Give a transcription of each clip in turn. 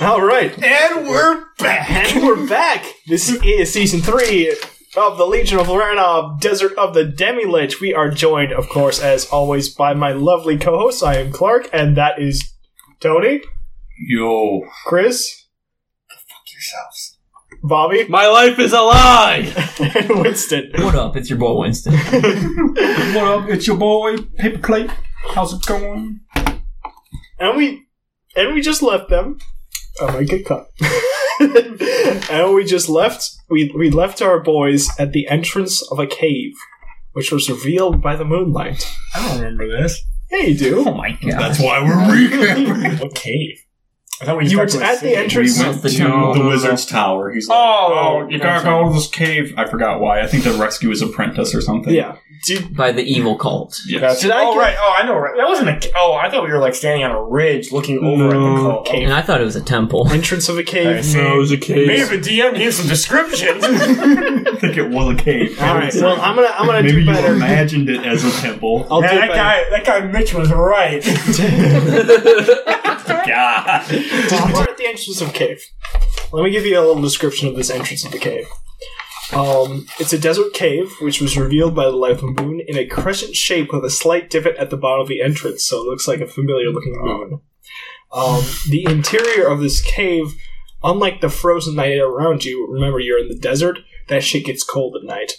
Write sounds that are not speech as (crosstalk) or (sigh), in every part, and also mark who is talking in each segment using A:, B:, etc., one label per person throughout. A: All right.
B: And we're back.
A: And we're back. This is season three of the Legion of Ranov, Desert of the Demi Lich. We are joined, of course, as always, by my lovely co hosts. I am Clark, and that is Tony,
B: Yo.
A: Chris,
B: Yourselves.
A: Bobby,
C: My life is a lie.
A: (laughs) and Winston.
D: What up? It's your boy Winston.
B: What up? It's your boy, Paperclip. How's it going?
A: And we and we just left them. Oh my good cut. (laughs) and we just left we we left our boys at the entrance of a cave, which was revealed by the moonlight.
B: I don't remember this.
A: Yeah, you do.
D: Oh my god.
B: That's why we're recapping.
E: What cave? I thought we
A: You were
E: talked about
A: at the
E: city.
A: entrance.
D: We went-
A: of-
D: The tower.
B: No, no,
E: tower. He's
B: Oh, you gotta
E: that's
B: go
E: right.
B: to this cave. I forgot why. I think the rescue is apprentice or something.
A: yeah. Did,
D: By the evil cult.
B: Yes.
A: Did I
E: oh
A: get-
E: right, oh I know right. That wasn't a. ca- Oh, I thought we were like standing on a ridge looking over at the
C: No.
E: cult.
D: And I thought it was a temple.
A: entrance of a cave.
C: No, it was a
E: Maybe
C: case.
E: the DM gave some
A: (laughs)
E: descriptions.
B: I think it was a cave.
A: All right. Well, I'm gonna I'm gonna
B: Maybe
A: do
B: you
A: better.
B: imagined it as a temple.
A: I'll
E: Man,
A: do
E: that
A: better.
E: guy, that guy Mitch was right.
B: (laughs) God.
A: We're at the entrance of a cave. Let me give you a little description of this entrance of the cave. Um, it's a desert cave, which was revealed by the light of the moon in a crescent shape with a slight divot at the bottom of the entrance, so it looks like a familiar looking moon. Um, the interior of this cave, unlike the frozen night around you, remember you're in the desert, that shit gets cold at night,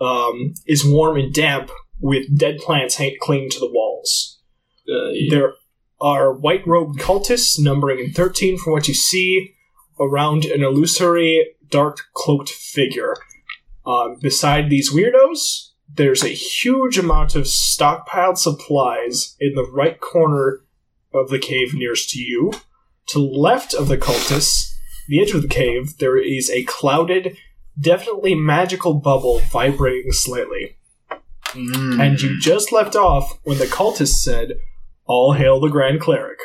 A: um, is warm and damp with dead plants hang- clinging to the walls. There are white robed cultists numbering in 13 from what you see around an illusory, dark cloaked figure. Um, beside these weirdos, there's a huge amount of stockpiled supplies in the right corner of the cave nearest to you. To the left of the cultists, the edge of the cave, there is a clouded, definitely magical bubble vibrating slightly. And you just left off when the cultist said, All hail the Grand Cleric.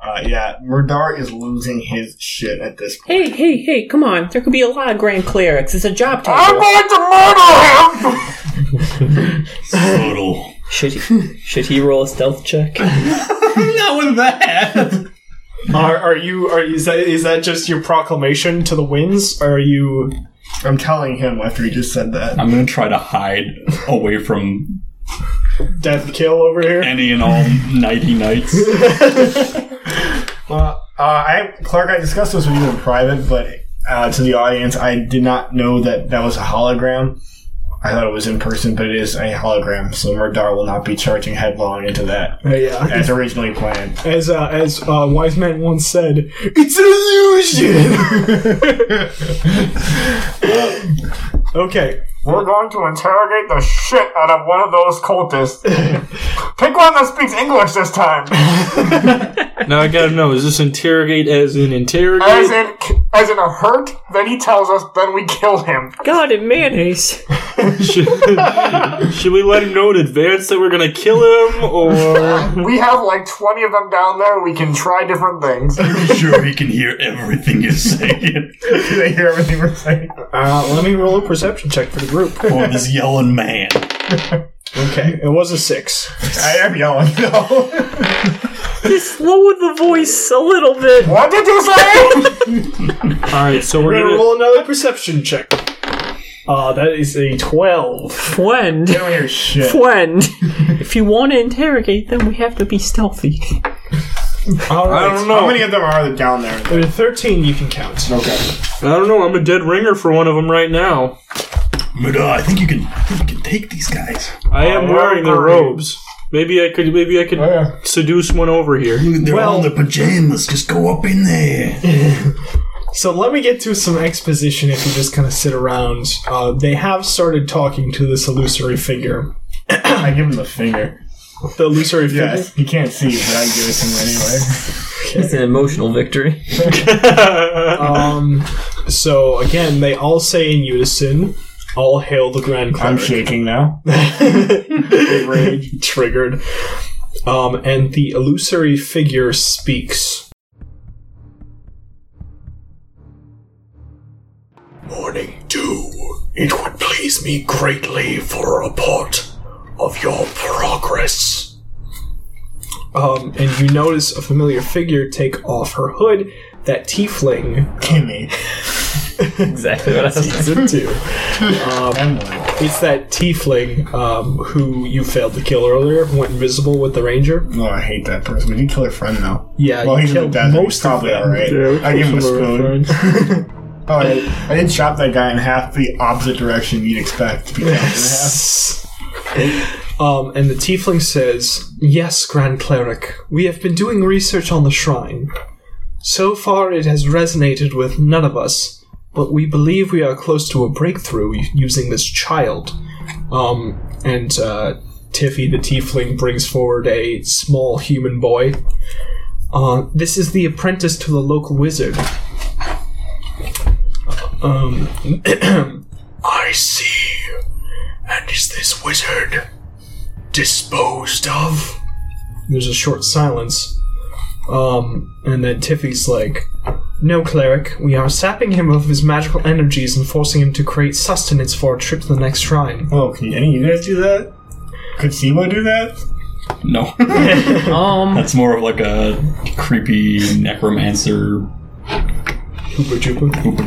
E: Uh, yeah, Murdar is losing his shit at this point.
F: (laughs) Hey, hey, hey, come on. There could be a lot of grand clerics. It's a job title.
E: going to murder him.
B: Total.
F: should, he, should he roll a stealth check?
B: Not with that.
A: Are, are you are is that is that just your proclamation to the winds? Are you
E: I'm telling him after he just said that.
B: I'm gonna try to hide away from
A: death kill over here?
B: any and all nighty nights.
E: Well, uh, I Clark, I discussed this with you in private, but uh, to the audience, I did not know that that was a hologram. I thought it was in person, but it is a hologram, so Murdar will not be charging headlong into that
A: Uh, yeah.
E: as originally planned.
A: As uh, as uh, wise man once said, it's an illusion. (laughs) okay.
E: We're going to interrogate the shit out of one of those cultists. Pick one that speaks English
A: (laughs)
E: this time,
C: Now I gotta know: is this interrogate as in interrogate?
G: (laughs)
E: in as in a hurt. Then he tells us, then we kill him.
F: (laughs) God, it mayonnaise.
C: should, should we let him know in advance that we're gonna kill him, or
E: We have like twenty of them down there. We can try different things.
B: sure he can hear everything you're saying. (laughs)
E: they hear everything we're saying.
A: Uh, let me roll a perception check for the group.
B: Or this yelling man.
A: Okay. (laughs) It was a six.
E: I am yelling (laughs) though.
F: Just lower the voice a little bit.
E: what did you say?
C: all right? So we're
A: We're gonna
C: gonna.
A: roll another perception check. Uh, that is a twelve.
F: Friend.
E: don't hear shit.
F: Friend.
D: (laughs)
F: if you want to interrogate, then we have to be stealthy.
A: All
C: I
A: right.
C: don't
E: How
C: know.
E: many of them are down there?
A: There are Uh, thirteen you can count.
C: I don't know. I'm a dead ringer for one of them right now.
B: But uh, I think you can I think you can take these guys.
C: I am wearing their robes. Maybe I could. Maybe I could seduce one over here.
B: They're
A: Well-
B: all in their pajamas. Just go up in there.
A: So let me get to some exposition if you just kind of sit around. Uh, they have started talking to this illusory figure.
E: I give him the finger.
A: The illusory figure.
E: Yes, he can't see, but I give it to him anyway.
D: It's an emotional victory.
F: (laughs)
A: Um, so again, they all say in unison, "All hail the Grand
E: I'm
A: Cleric."
E: shaking now.
A: (laughs) Triggered. Um, and the illusory figure speaks.
H: morning dew. It would please me greatly for a report of your progress.
A: Um, and you notice a familiar figure take off her hood, that tiefling
E: Kimmy.
D: Exactly what I
H: (laughs)
A: is
D: was
A: into.
E: Emily.
A: It's that tiefling um, who you failed to kill earlier, went invisible with the ranger.
E: Oh, I hate that person. We did kill her friend though.
A: Yeah,
E: Well,
A: you
E: he's in the
A: killed
E: desert.
A: most
E: He's probably
A: of them.
E: alright. I give him a spoon. (laughs) Oh, I did, I did chop that guy in half the opposite direction you'd expect to be chopped in half.
A: Um, and the tiefling says, Yes, Grand Cleric, we have been doing research on the shrine. So far, it has resonated with none of us, but we believe we are close to a breakthrough u- using this child. Um, and uh, Tiffy the tiefling brings forward a small human boy. Uh, this is the apprentice to the local wizard. Um, (clears throat)
H: I see. And is this wizard disposed of?
A: There's a short silence. Um, and then Tiffy's like, No, cleric, we are sapping him of his magical energies and forcing him to create sustenance for our trip to the next shrine.
E: Oh, can any of you guys do that? Could Simo do that?
I: No.
D: Um,
I: That's more of like a creepy necromancer
A: Hoopa Joopa.
I: hoopa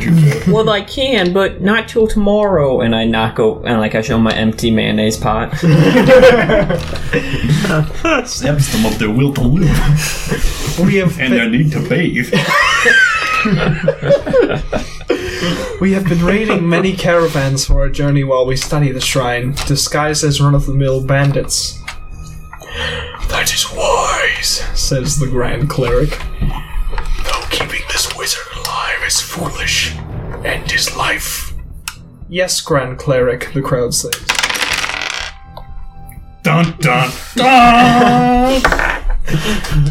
D: (laughs)
I: joopa.
D: well, I can, but not till tomorrow. And I knock over, and like I show my empty mayonnaise pot.
I: Snaps them of their will to live
A: We have
I: (laughs) and their
A: been,
I: need to bathe.
A: we have been raiding many caravans for our journey while we study the shrine, disguised as run-of-the-mill bandits.
H: That is wise.
A: Says the grand cleric.
H: Though keeping this wizard alive is foolish. End his life.
A: Yes, grand cleric. The crowd says.
I: Dun dun dun!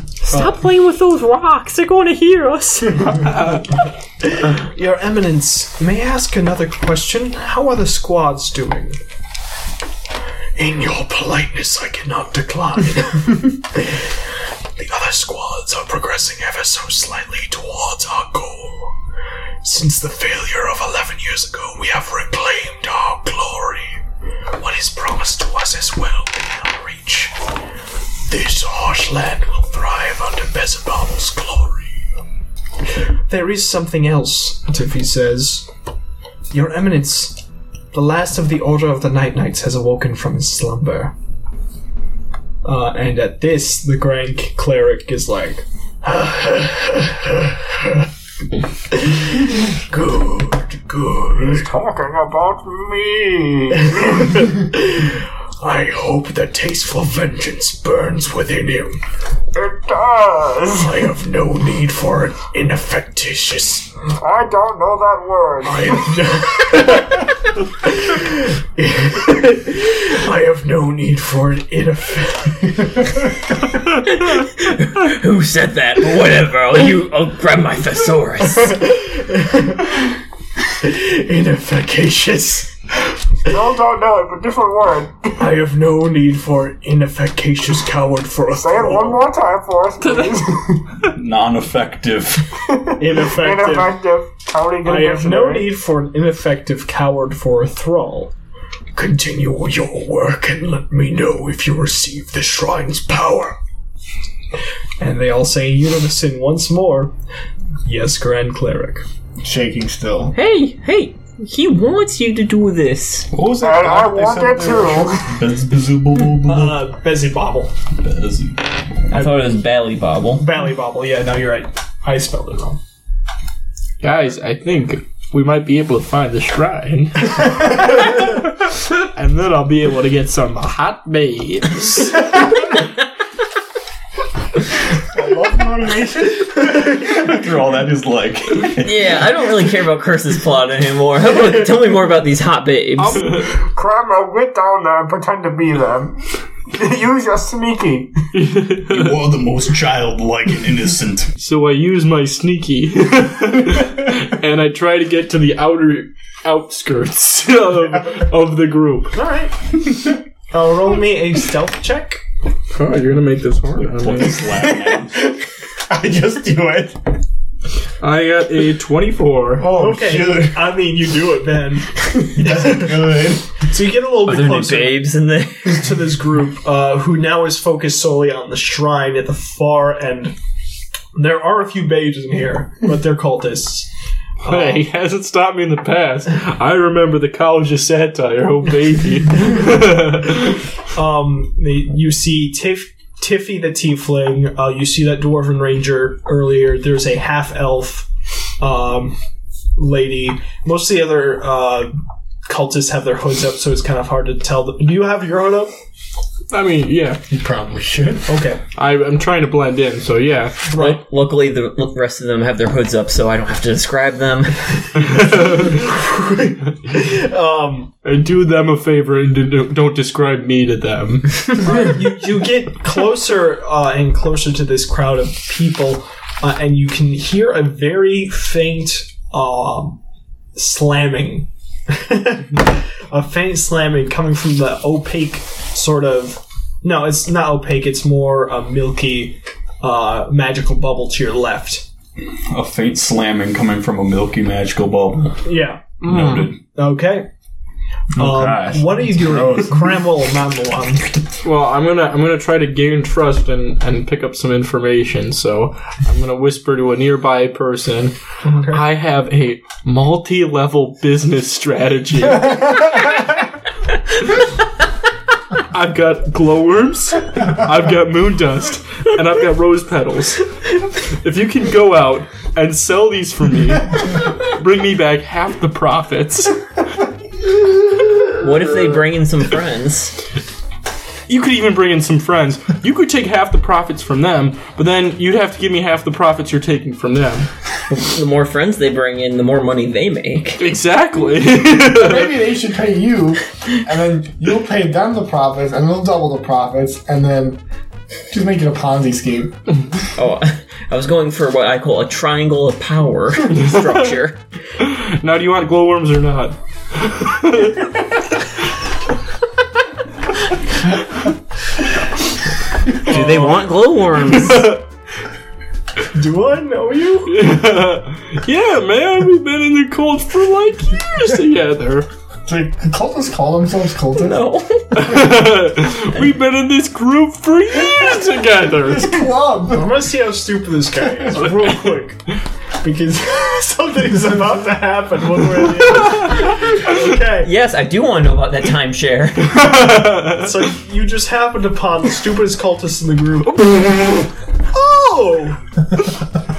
F: Stop playing with those rocks. They're going to hear us.
A: Your Eminence, may I ask another question? How are the squads doing?
H: In your politeness, I cannot
A: (laughs)
H: decline. the other squads are progressing ever so slightly towards our goal. Since the failure of 11 years ago, we have reclaimed our glory. What is promised to us is well within our reach. This harsh land will thrive under Bezebal's glory.
A: There is something else, Tiffy says. Your Eminence, the last of the Order of the Night Knights has awoken from his slumber. Uh, and at this, the Grand Cleric is like, (laughs)
H: Good, good.
A: (laughs)
H: He's talking about me. I hope the taste for vengeance burns within him. It does. I have no need for an ineffectitious. I don't know that word. I have, I have no need for an
A: (laughs)
H: ineffective.
D: Who said that? Whatever. I'll, you, I'll grab my thesaurus.
H: Inefficacious.
G: all don't know it, but different word.
H: I have no need for an inefficacious coward for a
G: Say it one more time
A: (laughs)
G: for us, please.
I: Non effective.
A: ineffective.
G: Ineffective. Coding
A: I have no need for an ineffective coward for a thrall.
H: Continue your work and let me know if you receive the shrine's power.
A: And they all say in unison once more, Yes, Grand Cleric.
E: Shaking
A: (laughs)
E: still.
D: (laughs) hey, hey. He wants you to do this.
I: What was that?
G: And I want
A: (laughs)
G: it too.
I: Bez- bezu- bu- bu- bu-
A: Uh, Bezzy Bobble.
I: bez-
D: I thought it was Bally Bobble.
A: Bally Bobble, yeah, no, you're right. I spelled it wrong.
C: Guys, I think we might be able to find the shrine. and then I'll be able to get some hot babes.
I: After all that is like.
D: Yeah, I don't really care about Curse's plot anymore. How about, tell me more about these hot babes.
G: Cram a wit down there and pretend to be them. (laughs) Use your sneaky.
I: you are the most childlike and innocent.
C: so I use my (laughs) sneaky and I try to get to the outer outskirts (laughs) of, of the group.
A: Alright. (laughs) Uh, roll me a stealth check.
C: Oh, you're gonna make this hard. I,
I: What
C: mean.
I: is laughing
E: (laughs)
I: at?
E: I just do it.
C: I got a 24.
E: Oh,
A: Okay.
E: shoot.
A: I mean, you do it then.
E: Good.
A: So you get a little
D: Are
A: bit
D: there any
A: closer
D: babes in there?
A: to this group, uh, who now is focused solely on the shrine at the far end. There are a few mages in here, but they're cultists.
C: Hey, (laughs) hasn't stopped me in the past. I remember the College of Satire. Oh, baby. (laughs)
A: Um, the, you see Tiff, Tiffy the Tiefling. Uh, you see that Dwarven Ranger earlier. There's a half elf um, lady. Most of the other uh, cultists have their hoods up, so it's kind of hard to tell. Them. Do you have your hood up?
C: I mean, yeah.
E: You probably should.
A: Okay.
C: I, I'm trying to blend in, so (laughs) yeah.
A: Right.
D: (laughs) Luckily, the rest of them have their hoods up, so I don't have to describe them.
A: Um,
C: And do them a favor and do, don't describe me to them.
A: you, you get closer uh, and closer to this crowd of people, uh, and you can hear a very faint uh, slamming. (laughs) a faint slamming coming from the opaque sort of. No, it's not opaque, it's more a milky uh, magical bubble to your left.
I: A faint slamming coming from a milky magical bubble.
A: Yeah.
H: Hmm.
I: Noted.
A: Okay.
I: gosh.
A: Um, what are you doing, Cramble Mamelon?
C: Well, I'm gonna I'm gonna try to gain trust and, and pick up some information. So I'm gonna whisper to a nearby person. I have a multi-level business strategy. I've got glowworms, I've got moon dust, and I've got rose petals. If you can go out and sell these for me, bring me back half the profits.
D: what if they bring in some friends?
C: You could even bring in some friends. You could take half the profits from them, but then you'd have to give me half the profits you're taking from them.
D: The more friends they bring in, the more money they make.
C: Exactly.
E: Maybe they should pay you, and then you'll pay them the profits, and they'll double the profits, and then just make it a Ponzi scheme.
D: Oh, I was going for what I call a triangle of power (laughs) structure.
C: (laughs) now, do you want glowworms or not? (laughs)
D: Do they want glowworms?
A: Do I know you?
C: yeah, man, we've been in the cult for like years together. (laughs)
E: It's like, the cultists call themselves cultists.
D: (laughs) No.
C: we've been in this group for years together. (laughs)
E: Club.
A: I'm gonna see how stupid this guy
E: (laughs)
A: is real quick. Because (laughs) something's about to happen one way or the other.
E: (laughs)
A: Okay.
D: Yes, I do want to know about that timeshare. (laughs)
A: So you just happened upon the stupidest cultist in the group. Oh!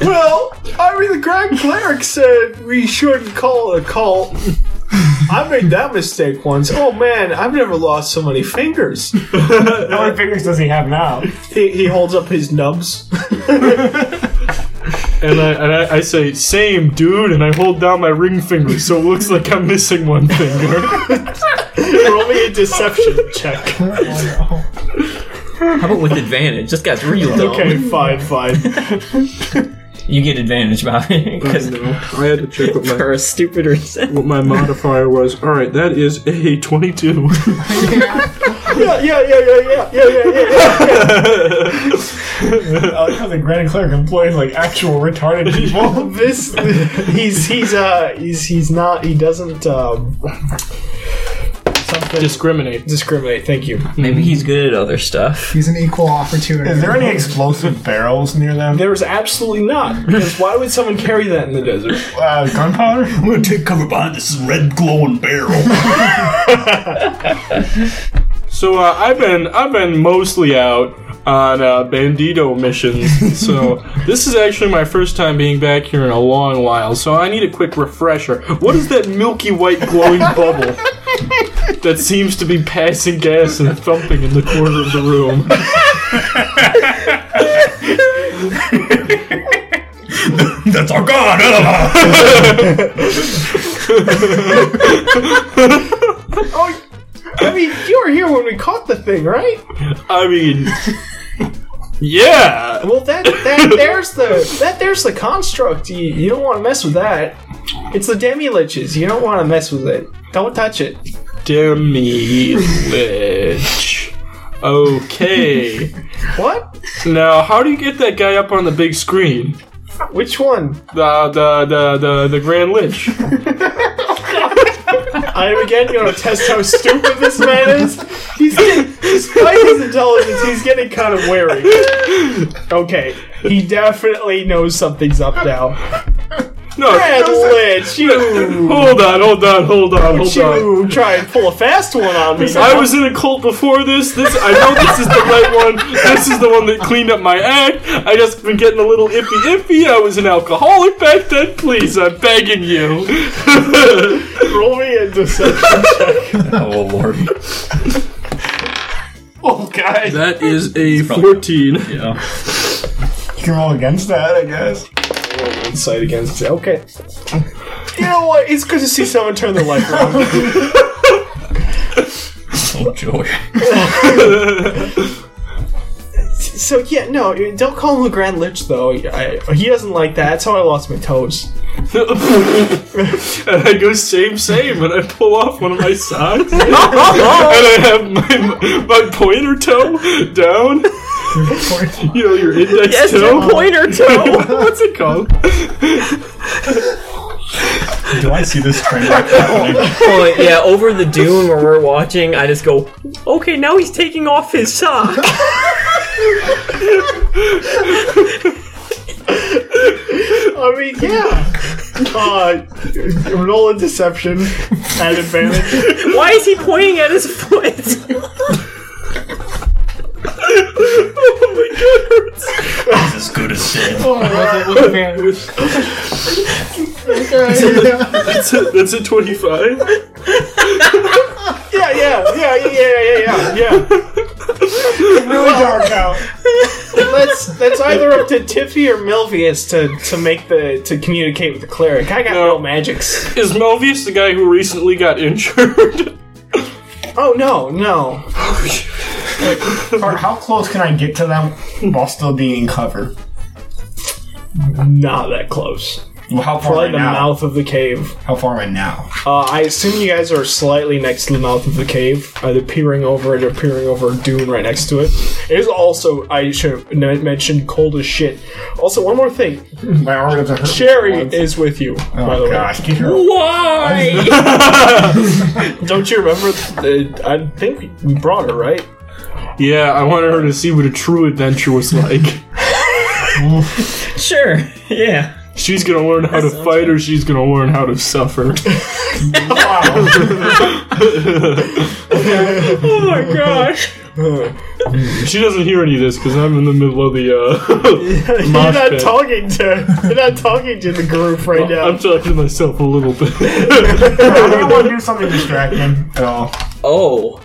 A: Well, I mean, the Grand Cleric said we shouldn't call it a cult. I made that mistake once. Oh man, I've never lost so many fingers.
E: (laughs) How many fingers does he have now?
A: He, he holds up his nubs. (laughs)
C: and I, and I, I say, same, dude, and I hold down my ring finger, so it looks like I'm missing one finger.
A: Roll me a deception check.
D: How about with advantage? This guy's real dumb.
A: Okay, fine, fine.
D: You get advantage, Bobby, because
C: (laughs) I had to check what
D: (laughs)
C: my,
D: for a stupid reason.
C: what my modifier was. All right, that is a 22.
A: (laughs) Yeah, yeah, yeah, yeah, yeah, yeah, yeah, yeah.
E: Uh, I like how the Grand Cleric employs like actual retarded people.
A: (laughs) this he's he's uh he's he's not he doesn't um something
C: Discriminate.
A: discriminate thank you
D: Maybe he's good at other (laughs) stuff.
J: He's an equal opportunity.
E: Is there any explosive barrels near them?
A: there's absolutely not because why would someone carry that in the desert
E: Uh, gunpowder?
H: I'm gonna take cover behind this red glowing barrel. (laughs)
C: So uh, I've been I've been mostly out on uh, bandito missions. So this is actually my first time being back here in a long while. So I need a quick refresher. What is that milky white glowing bubble that seems to be passing gas and thumping in the corner of the room?
H: That's our god.
I: (laughs)
H: (laughs) Ah!
A: i mean you were here when we caught the thing right
C: I mean, yeah.
A: well that
C: (laughs)
A: that there's the that there's the construct you, you don't want to mess with that it's the demi liches you don't want to mess with it don't touch it
C: Demi Lich. Okay.
A: what
C: Now, how do you get that guy up on the big screen?
A: which one
C: The the the the, the Grand Lich.
A: I am again going to test how stupid this man is. He's getting, despite his intelligence, he's getting kind of wary. Okay, He definitely knows something's up
C: (laughs)
A: now.
C: No,
A: Red
C: no,
A: Lich, you,
C: hold on, hold on, hold on, hold on.
A: you try and pull a fast one on me.
C: I was in a cult before this. This I know this is the right one. This is the one that cleaned up my act. I just been getting a little iffy iffy. I was an alcoholic back then. Please, I'm begging you.
A: roll me a deception.
I: Oh lord.
A: oh, guys.
C: (laughs) that is a fourteen.
I: Yeah.
E: You can roll against that, I guess.
A: Insight against it. Okay. You know what? It's good to see someone turn their life around.
I: Oh joy.
A: (laughs) so yeah, no, don't call him the Grand Lich though. I, he doesn't like that. That's how I lost my toes.
C: (laughs) and I go same same, and I pull off one of my socks, and
D: Oh,
C: I have my my pointer toe down. you know your index
F: Yes,
C: toe.
F: your pointer toe.
C: (laughs) What's it called?
E: Do I see this train wreck happening?
D: Oh, yeah, over the dune where we're watching, I just go,
F: Okay, now he's taking off his sock.
D: (laughs)
A: I mean, yeah. Uh, roll a deception at advantage.
F: Why is he pointing at his foot?
I: As good as dead.
C: That's a, that's a twenty-five.
A: (laughs) Yeah, yeah, yeah, yeah, yeah, yeah, yeah, yeah.
E: really dark out.
A: That's that's either up to Tiffy or Milvius to to make the to communicate with the cleric. I got
C: No.
A: no magics.
C: Is Melvius the guy who recently got injured? (laughs)
A: Oh no, no.
E: Or how close can I get to them while still being in cover?
A: Not that close.
E: Well, how far am
A: Probably
E: I
A: the
E: now?
A: mouth of the cave.
E: How far am I now?
A: Uh, I assume you guys are slightly next to the mouth of the cave, either peering over it or peering over a dune right next to it. It is also, I should have n- mentioned, cold as shit. Also, one more thing.
E: My arm doesn't hurt.
A: Sherry is with you, by the
E: Oh gosh, get her.
D: (laughs) Why?
A: way. Don't you remember? Uh, I think we brought her, right? (laughs)
C: yeah, I wanted her to see what a true adventure was like.
D: sure, yeah.
C: She's gonna learn how to fight, or she's gonna learn how to suffer.
D: Oh my gosh.
C: She doesn't hear any of this because I'm in the middle of the uh,
A: You're
C: mosh
A: not
C: pit.
A: talking to. You're not talking to the group right
C: (laughs) I'm
A: now.
C: talking to myself a
F: (laughs)
C: little bit.
E: I don't want to do something distracting at all.
D: Oh,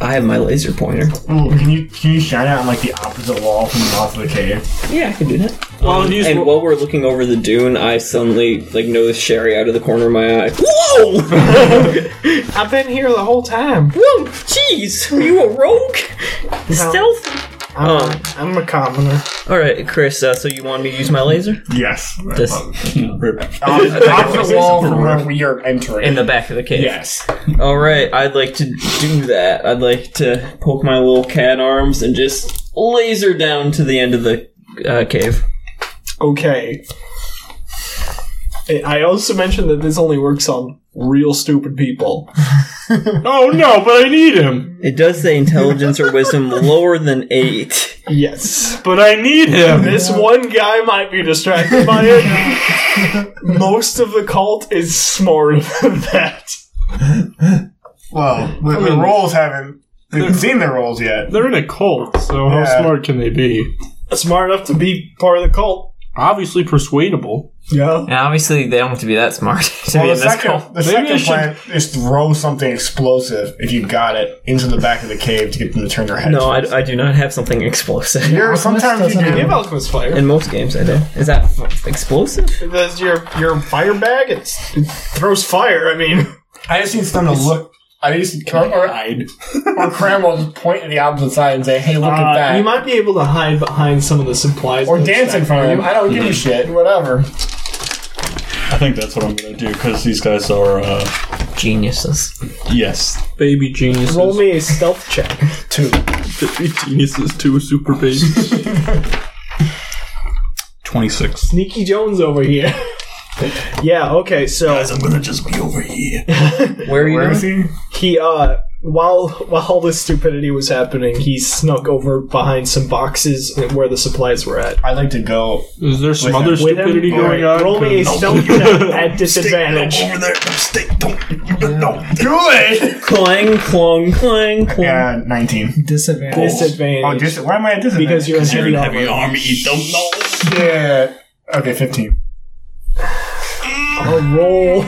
D: I have my laser pointer.
E: Ooh, can you can you shine out on like the opposite wall from the mouth of the cave?
D: Yeah, I can do that.
C: While he's
D: And while we're looking over the dune, I suddenly like notice Sherry out of the corner of my eye. Whoa! (laughs)
A: I've been here the whole time.
D: Whoa! Jeez, are you a rogue?
F: Stealth.
D: Um,
A: I'm a commoner.
D: all right, Chris. Uh, so you want me to use my laser?
E: Yes.
D: Just
E: opposite, (laughs) opposite wall from where we are entering.
D: in the back of the cave.
E: yes.
D: All right, I'd like to do that. I'd like to poke my little cat arms and just laser down to the end of the uh, cave.
A: okay. I- I also mentioned that this only works on real stupid people.
C: oh no, but I need him.
D: It does say intelligence or wisdom (laughs) lower than eight.
A: Yes.
C: But I need him.
A: This one guy might be distracted by it. (laughs) Most of the cult is smarter (laughs) than that.
E: Well, the, the rolls haven't they've seen their rolls yet.
C: They're in a cult, so how
E: Yeah.
C: smart can they be?
A: Smart enough to be part of the cult.
C: Obviously persuadable.
A: Yeah.
D: And obviously, they don't have to be that smart (laughs) to be
E: Well,
D: in
E: the
D: this
E: second,
D: cult.
E: the
C: Maybe I
E: second
C: should-
E: plan is throw something explosive, if you got it, into the back of the cave to get them to turn their heads.
D: No, I, I do not have something explosive.
E: You're, sometimes you
A: You have
E: do.
A: alchemist fire.
D: In most games, I do. Is that f- explosive?
A: That's your your fire bag. It's, it throws fire. I mean,
E: I just need them to look. I just or, or, (laughs) or Cramwell just point at the opposite side and say, "Hey, look at
A: uh,
E: that."
A: you might be able to hide behind some of the supplies.
E: or
A: that's
E: dance in
A: back
E: front of
A: there.
E: him. I don't give a shit. Whatever.
I: I think that's what I'm gonna do because these guys are. uh
D: Geniuses.
I: Yes.
C: Baby geniuses.
A: Roll me a stealth check.
E: Two.
C: Baby geniuses two super babies.
I: Twenty six.
A: Sneaky Jones over here. (laughs) yeah. Okay. So uh,
I: I'm gonna just be over here.
D: Where are you?
E: he?
A: he uh while while all this stupidity was happening, he snuck over behind some boxes where the supplies were at.
E: I'd like to go.
C: (laughs) Is there some other
A: With him,
C: stupidity going
A: alright,
C: on? (laughs)
A: Roll me a stealth check at disadvantage.
H: Over there, no, stay, don't, you- no.
E: Do (laughs) it!
D: Clang, clong, clang, clong.
E: Yeah, 19.
I: Disadvantage.
A: Disadvantage.
E: Uh, Oh, dis- why am I at disadvantage?
A: because you're in
H: You're
A: heavy
H: in heavy
A: armor.
H: armor, you don't know.
E: Yeah. (laughs) Okay, 15.
A: A roll.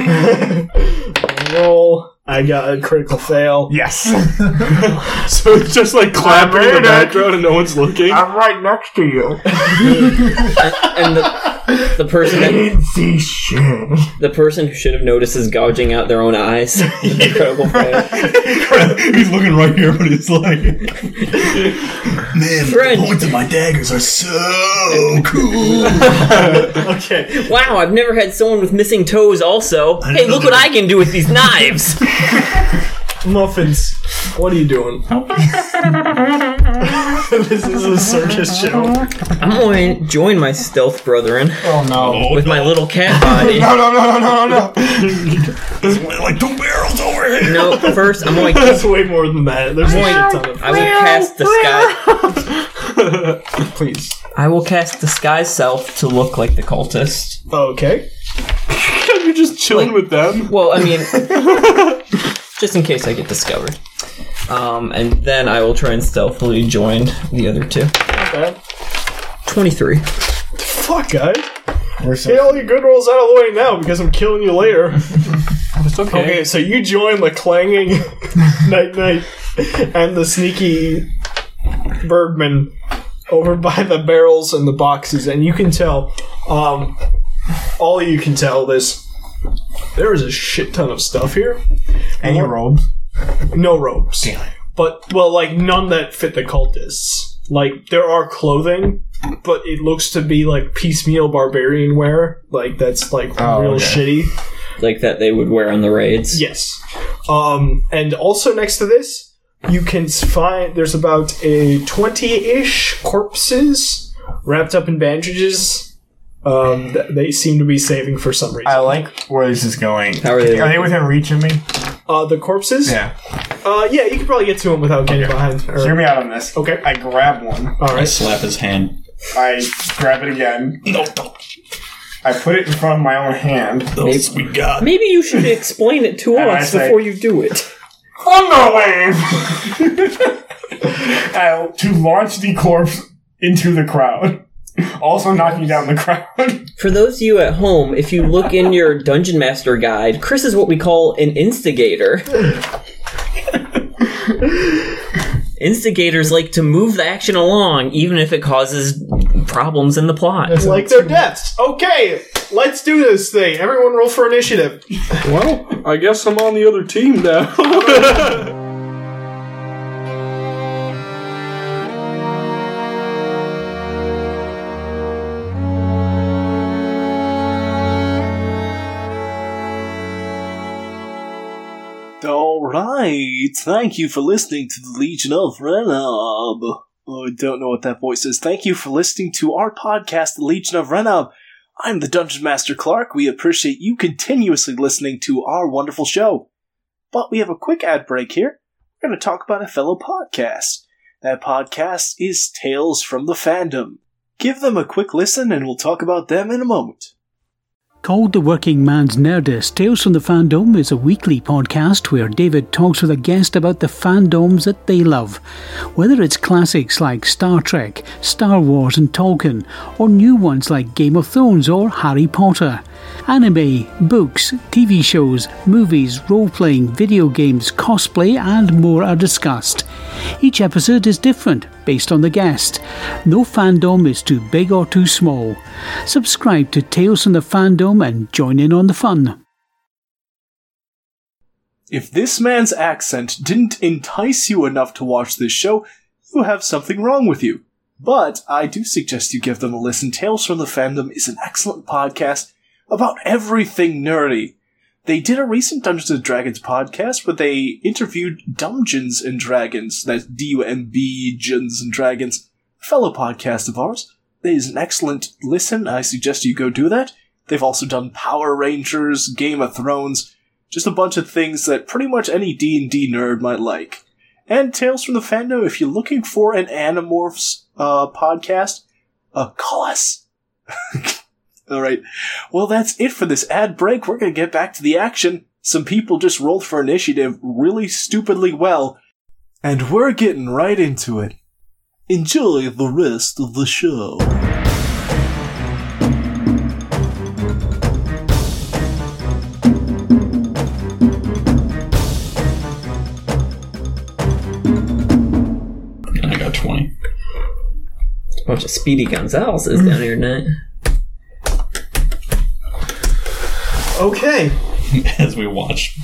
A: A (laughs) roll. I got a critical fail.
E: (laughs) Yes.
C: So it's just like clapping in the background and no one's looking.
G: I'm right next to you.
D: And the, the person that
E: See shit.
D: the person who should have noticed is gouging out their own eyes. (laughs) Incredible fail.
I: (laughs) he's looking right here, but he's
H: (laughs)
I: like,
H: Man,
D: Friend.
H: the points of my daggers are so cool.
A: Okay.
D: Wow, I've never had someone with missing toes. Also, hey, look what I can do with these knives.
A: Muffins, what are you doing? this is a circus show.
D: I'm going to join my stealth brethren
E: Oh no.
D: with my little cat body.
E: (laughs) No, no, no, no, no, no, no.
H: like two barrels over here.
D: No, first I'm going
A: (laughs)
D: to
A: That's way more than that. There's a shit ton of
D: I will cast disguise.
A: Please.
D: I will cast disguise self to look like the cultist.
A: Okay.
C: You're just chilling with them.
D: Well, I mean, just in case I get discovered. Um, and then I will try and stealthily join the other two.
A: Not bad.
D: Twenty-three.
A: Fuck, guys.
E: We're so
A: Get all your good rolls out of the way now because I'm killing you later.
C: It's okay.
A: Okay, so you join the clanging (laughs) night night and the sneaky Bergman over by the barrels and the boxes, and you can tell, um, all you can tell this. There is a shit ton of stuff here.
E: any robes.
A: No robes, but well, like none that fit the cultists. Like there are clothing, but it looks to be like piecemeal barbarian wear. Like that's like
E: Oh,
A: real
E: okay.
A: shitty.
D: Like that they would wear on the raids.
A: Yes. Um, and also next to this, you can find there's about a twenty-ish corpses wrapped up in bandages. Um, th- they seem to be saving for some
E: I
A: reason.
E: like where this is going.
D: How are they?
E: Are they within reach of me?
A: Uh, the corpses.
E: Yeah.
A: Uh, yeah, you can probably get to them without getting behind. or-
E: Hear me out on this.
A: Okay.
E: I grab one.
A: All
I: (laughs) I
A: right.
I: slap his hand.
E: I grab it again.
H: No, don't.
E: I put it in front of my own hand.
H: Those we got.
D: Maybe you should explain it to
E: I
D: us
E: say-
D: before you do it.
E: Thunderwave! I- to launch the corpse into the crowd. Also knocking down the crowd.
D: For those of you at home, if you look in your dungeon master guide, Chris is what we call an instigator. Instigators like to move the action along, even if it causes problems in the plot.
A: Like their deaths. Okay, let's do this thing. Everyone, roll for initiative.
C: Well, I guess I'm on the other team now.
J: Alright, thank you for listening to the Legion of Renob. Oh, I don't know what that voice is. Thank you for listening to our podcast, The Legion of Renob. I'm the Dungeon Master Clark. We appreciate you continuously listening to our wonderful show. But we have a quick ad break here. We're going to talk about a fellow podcast. That podcast is Tales from the Fandom. Give them a quick listen and we'll talk about them in a moment.
K: Called The Working Man's Nerdist, Tales from the Fandom is a weekly podcast where David talks with a guest about the fandoms that they love. Whether it's classics like Star Trek, Star Wars, and Tolkien, or new ones like Game of Thrones or Harry Potter. Anime, books, TV shows, movies, role playing, video games, cosplay, and more are discussed. Each episode is different based on the guest. No fandom is too big or too small. Subscribe to Tales from the Fandom and join in on the fun.
J: If this man's accent didn't entice you enough to watch this show, you have something wrong with you. But I do suggest you give them a listen. Tales from the Fandom is an excellent podcast about everything nerdy. They did a recent Dungeons and Dragons podcast where they interviewed Dungeons and Dragons, that's D U M B Dungeons and Dragons, fellow podcast of ours. That is an excellent listen. I suggest you go do that. They've also done Power Rangers, Game of Thrones, Just a bunch of things that pretty much any D&D nerd might like. And Tales from the Fandom, if you're looking for an Animorphs uh, podcast, uh, call us. (laughs) All right. Well, that's it for this ad break. We're going to get back to the action. Some people just rolled for initiative really stupidly well, and we're getting right into it. Enjoy the rest of the show.
D: I got 20. Bunch of Speedy Gonzales is down here tonight.
A: (laughs) Okay.
I: (laughs) As we watch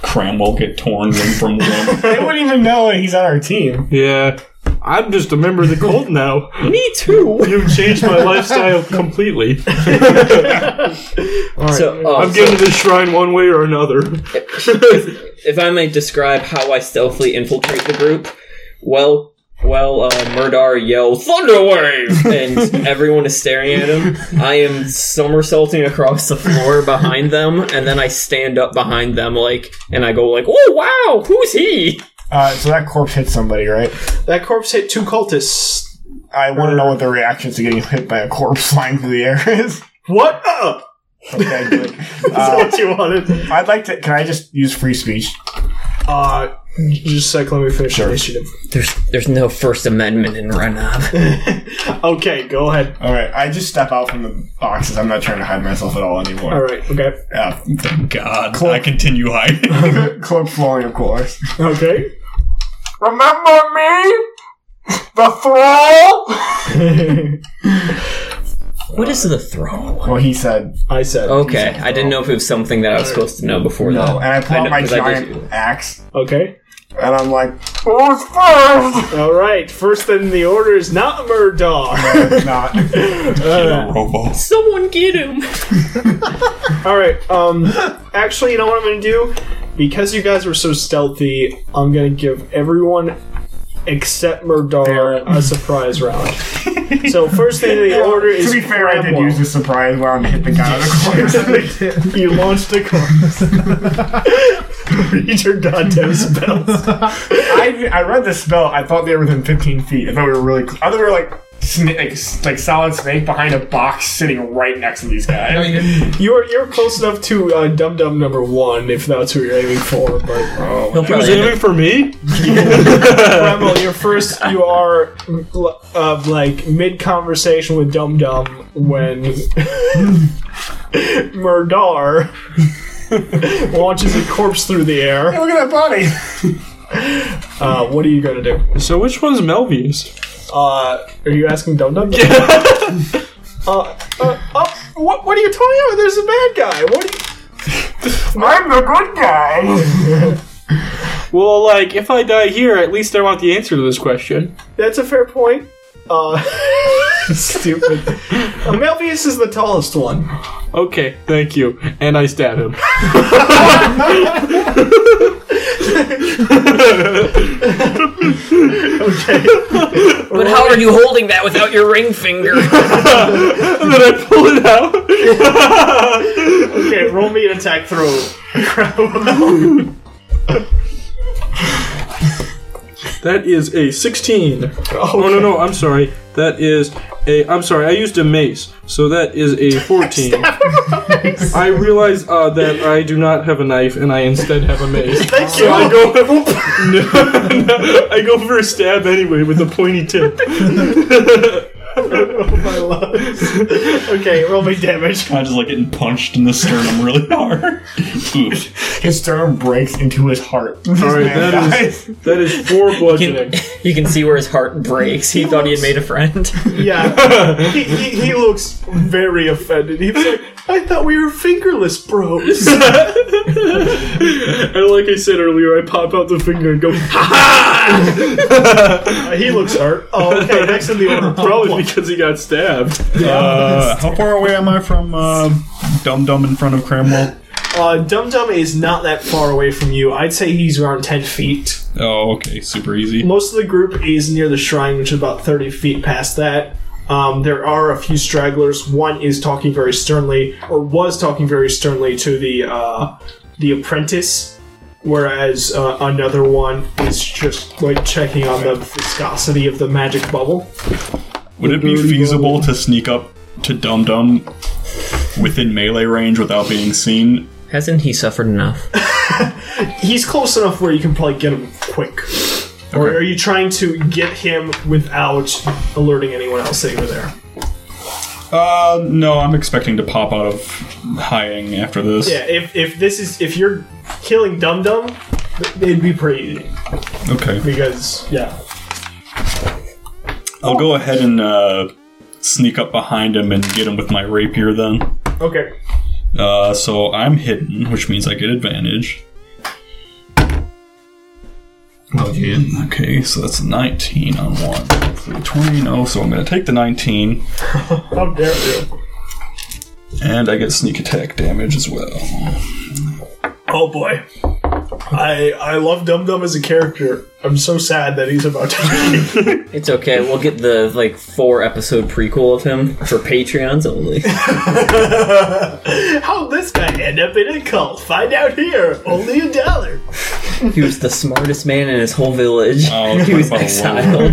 I: Cramwell get torn limb from
H: (laughs)
I: limb.
E: they wouldn't even know he's on our team.
C: (laughs) Yeah. I'm just a member of the cult now.
D: Me too.
C: You've changed my lifestyle completely. (laughs)
D: So, oh,
C: I'm
D: so-
C: getting to this shrine one way or another.
D: if I may describe how I stealthily infiltrate the group, well, well, uh, Murdar yells "Thunderwave!" and everyone is staring at him. I am somersaulting across the floor behind them, and then I stand up behind them, like, and I go like, "Oh wow, who's he?"
E: (laughs) Uh, so that corpse hit somebody, right?
A: That corpse hit two cultists.
E: I want to know what the reactions to getting hit by a corpse (laughs) flying through the air is.
A: What up?
E: Okay, good. Uh,
A: That's (laughs) what you wanted.
E: I'd like to. Can I just use free speech?
A: Uh, just a sec, let me finish initiative.
D: There's there's no First Amendment in Renab.
A: Okay, go ahead.
E: All right, I just step out from the boxes. I'm not trying to hide myself at all anymore.
A: All right, okay.
E: Yeah, (laughs)
I: Thank God. I continue hiding.
E: cloak flowing, of course. (laughs)
A: Okay.
G: Remember me? The thrall?
D: What is the thrall?
E: Well, he said
A: I said.
D: Okay, I didn't know if it was something that I was supposed to know before
E: no,
D: that.
E: and I pull
D: I
E: out
D: know,
E: my
D: 'cause I
E: giant
D: did-
E: axe,
A: Okay.
E: and I'm like, "Oh,
G: Who's first?
A: All right. First in the order is not
E: (laughs)
A: Murdar.
E: no, it's not.
I: (laughs) Robo.
D: Someone get him.
A: All right. Um. Actually, you know what I'm gonna do? Because you guys were so stealthy, I'm gonna give everyone except Murdar a surprise
E: (laughs)
A: round. so first thing in the order is
E: to be fair, I did
A: Cramwell.
E: use the surprise round to hit the guy on the (laughs) corner.
A: You launched a
E: (laughs)
A: corpse. Read your goddamn
E: (laughs)
A: spells.
E: I, I read the spell. I thought they were within 15 feet. I thought we were really. Cl- I thought we were like. Sna- like, s- like solid snake behind a box sitting right next to these guys.
A: You're you're close enough to uh, Dum Dum number one if that's who you're aiming for. But
D: He'll
C: He was
D: probably end
C: aiming for me?
A: Bramble, you're first. You are uh, like mid conversation with Dum Dum when (laughs) Murdar launches a corpse through the air.
E: Look at that body.
A: Uh, what are you gonna do?
C: So which one's Melvius?
A: Uh, are you asking Dum Dum? uh, (laughs) uh, oh, what, what are you talking about? There's a bad guy. What? Are you-
G: I'm the good guy.
C: Well, like, if I die here, at least I want the answer to this question.
A: That's a fair point. Uh, (laughs) stupid. Uh, Melvius is the tallest one.
C: Okay, thank you. And I stab him. (laughs)
D: But how are you holding that without your ring finger?
C: and then I pull it out.
A: Okay, roll me an attack throw.
C: That is a 16. Oh, no, no, I'm sorry. That is a. I'm sorry, I used a mace. So that is (laughs) a 14. I realize uh, that I do not have a knife and I instead have a mace. Thank you. I go, no, no, (laughs) I go for a stab anyway with a pointy tip.
A: My loves. Okay, roll me damage.
I: I just like getting punched in the sternum really hard. (laughs) Oops.
E: His sternum breaks into his heart. This
C: Alright,
E: man
C: that
E: dies.
C: That is (laughs) 4 bludgeoning.
D: (laughs) you can see where his heart breaks. He thought he had made a friend.
A: (laughs) Yeah, he, he, he looks very offended. He was like, "I thought we were fingerless (laughs) bros."
C: And like I said earlier, I pop out the finger and go,
A: Uh, he looks hurt. (laughs) Oh, okay. Next in the (laughs) order, Uh,
C: probably because he got stabbed.
I: Uh, how far away am I from uh, Dum Dum in front of Cramwell?
A: uh, Dum Dum is not that far away from you. I'd say he's around ten feet.
I: Oh, okay, super easy.
A: Most of the group is near the shrine, which is about 30 feet past that. Um, there are a few stragglers. One is talking very sternly, or was talking very sternly to the uh, the apprentice, whereas uh, another one is just like checking on the viscosity of the magic bubble.
I: Would it be feasible to sneak up to Dum Dum within melee range without being seen?
D: (laughs) Hasn't he suffered enough?
A: He's close enough where you can probably get him quick. Or are you trying to get him without alerting anyone else that you were there?
I: Uh, no, I'm expecting to pop out of hiding after this.
A: Yeah, if, if this is if you're killing Dum Dum, it'd be pretty easy
I: Okay.
A: because yeah,
I: I'll go ahead and uh, sneak up behind him and get him with my rapier then.
A: okay.
I: Uh, so I'm hidden, which means I get advantage. Okay, Oh, okay, so that's a 19 on one. Three, 20, no, so I'm going to take the 19,
A: How dare you?
I: and I get sneak attack damage as well.
A: Oh boy, I I love Dum Dum as a character. I'm so sad that he's about to.
D: It's okay. We'll get the like four episode prequel of him for Patreons only.
A: (laughs)
D: (laughs)
A: How this guy end up in a cult? Find out here. Only a dollar.
D: he was the smartest man in his whole village.
I: Oh,
D: (laughs) he was
I: talk about a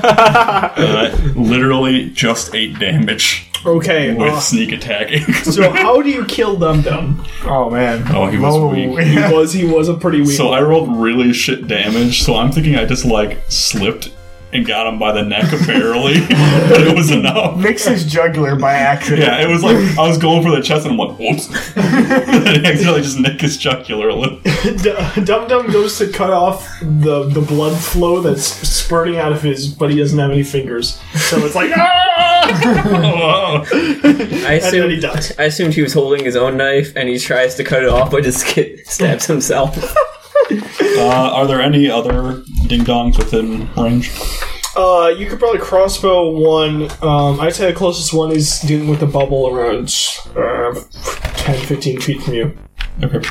D: exiled. (laughs)
I: Uh, literally just 8 damage
A: Okay.
I: with
D: Oh.
A: uh,
I: sneak attacking.
A: so how do you kill Dum Dum?
E: Oh man.
I: (laughs) oh, he was weak.
A: He was he was a pretty weak.
I: So I rolled really shit damage, so I'm thinking I just like slipped and got him by the neck
D: (laughs)
I: barely, but it was enough.
E: Mix his jugular by accident.
I: Yeah, it was like I was going for the chest and I'm like, whoops. (laughs) and I accidentally just nick his jugular. a little.
A: (laughs) D- Dum Dum goes to cut off the the blood flow that's spurting out of his, but he doesn't have any fingers, so it's like ah!
D: I
A: and then he
D: assumed,
A: dies.
D: I assumed he was holding his own knife and he tries to cut it off but just get, stabs himself.
I: Uh, are there any other ding dongs within range?
A: Uh, you could probably crossbow one. Um, I'd say the closest one is dealing with the bubble around uh, 10, 15 feet from you.
I: Okay.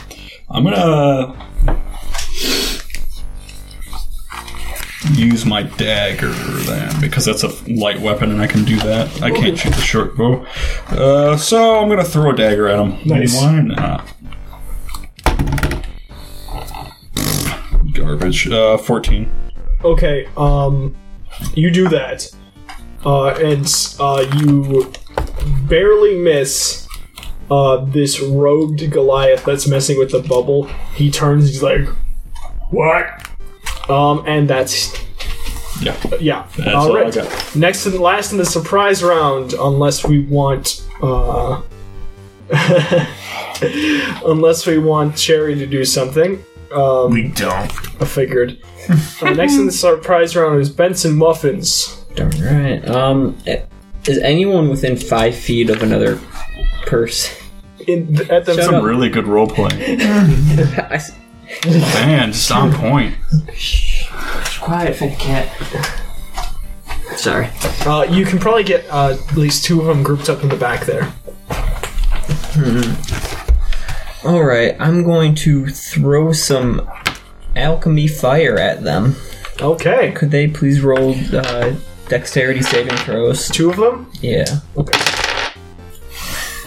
I: I'm gonna use my dagger then, because that's a light weapon and I can do that. I can't shoot the short bow. Uh, so I'm gonna throw a dagger at him.
A: Nice.
I: Why not? Garbage. Uh, 14.
A: Okay, um, you do that, uh, and uh, you barely miss uh, this robed Goliath that's messing with the bubble. He turns, he's like, "What?" Um, and that's
I: Yeah.
A: yeah. Uh,
I: That's
A: all
I: all I
A: right.
I: got.
A: Next and last in the surprise round, unless we want. Uh, (laughs) unless we want Cherry to do something. Um,
E: We don't.
A: I
D: (laughs)
A: figured. Uh, next in the surprise round is Benson Muffins.
D: (laughs) Darn right. Um, is anyone within five feet of another person? (laughs)
A: In th- at the
D: Shut up.
I: Really good role playing.
D: I s-
I: Man, just on point.
D: Quiet, fat cat. Sorry.
A: uh, you can probably get uh, at least two of them grouped up in the back there.
D: All right, I'm going to throw some alchemy fire at them.
A: Okay,
D: Could they please roll uh, dexterity saving throws?
A: two of them.
D: Yeah.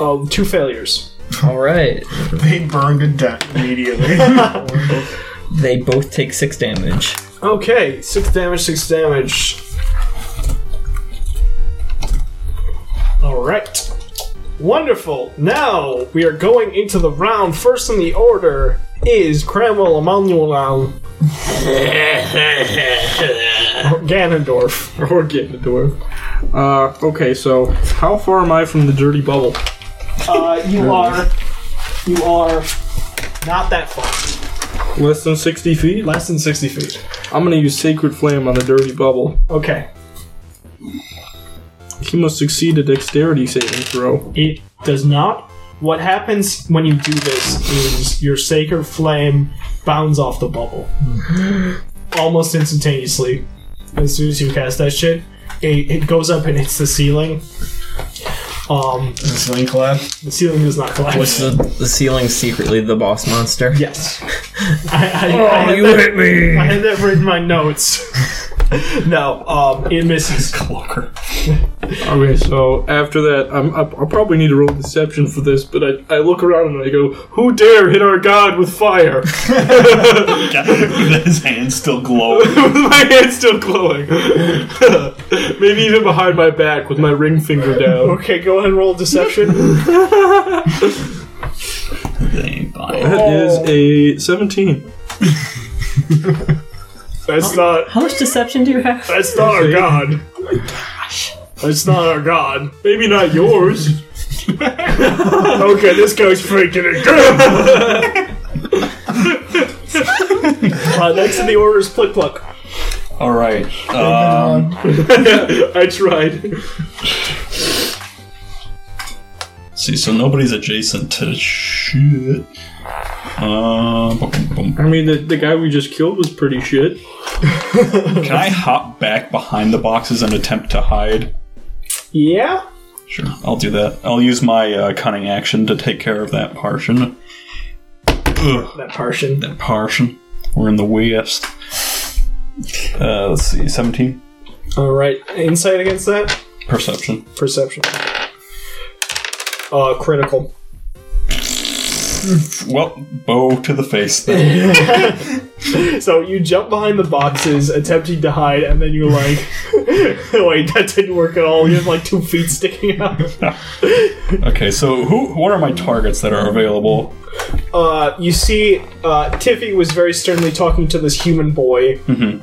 A: Um, two failures.
D: All right.
E: They burned to death (laughs) immediately.
D: They both take six damage.
A: Okay, six damage, six damage. All right, wonderful. Now we are going into the round. First in the order is Cranwell Emmanuel Ganondorf or Ganondorf.
C: Uh, okay, so how far am I from the dirty bubble?
A: Uh, you are, you are not that far.
C: Less than 60 feet?
A: Less than sixty feet.
C: I'm gonna use Sacred Flame on the dirty bubble.
A: Okay.
C: He must succeed a dexterity saving throw.
A: It does not. What happens when you do this is your sacred flame bounds off
F: (gasps)
A: the bubble almost instantaneously. As soon as you cast that shit, it, it goes up and hits the ceiling. Um,
E: Is this link collapse?
A: the ceiling does not collapse.
D: What's the, the ceiling secretly the boss monster?
A: Yes. (laughs) I,
F: Oh,
A: I, I
D: Oh,
A: had that, Oh, hit me. I
F: (laughs)
A: had that written in my notes. no, um, it misses.
I: (laughs) Clocker.
C: Okay, so after that, I'm, I, I'll probably need to roll deception for this, but I, I look around and I go, Who dare hit our god with fire? (laughs)
I: With his hands still glowing.
C: my hand's still glowing. (laughs) Maybe even behind my back with my ring finger (laughs) down.
A: Okay, go ahead and roll deception.
C: That is a 17.
A: That's not.
F: How much deception do you have? Oh
A: That's
F: (laughs)
A: not our god. That's not our god.
C: Maybe not yours. (laughs)
A: Okay, this guy's freaking it. (laughs) uh, next in the order is Plick Pluck.
I: All right. Um,
C: I tried.
I: see, so nobody's adjacent to shit. Uh, boom, boom.
C: I mean, the, the guy we just killed was pretty shit.
I: Can I hop back behind the boxes and attempt to hide?
A: Yeah?
I: Sure, I'll do that. I'll use my uh, cunning action to take care of that portion. Ugh,
A: That Partian.
I: that portion. We're in the west. Uh, let's see, 17
A: Alright, insight against that?
I: perception.
A: Perception. Uh, critical.
I: Well, bow to the face. Then.
A: So you jump behind the boxes, attempting to hide, and then you're like, (laughs) wait, that didn't work at all. You have like two feet sticking out.
I: Okay, so who? What are my targets that are available?
A: Uh, you see, uh, Tiffy was very sternly talking to this human boy.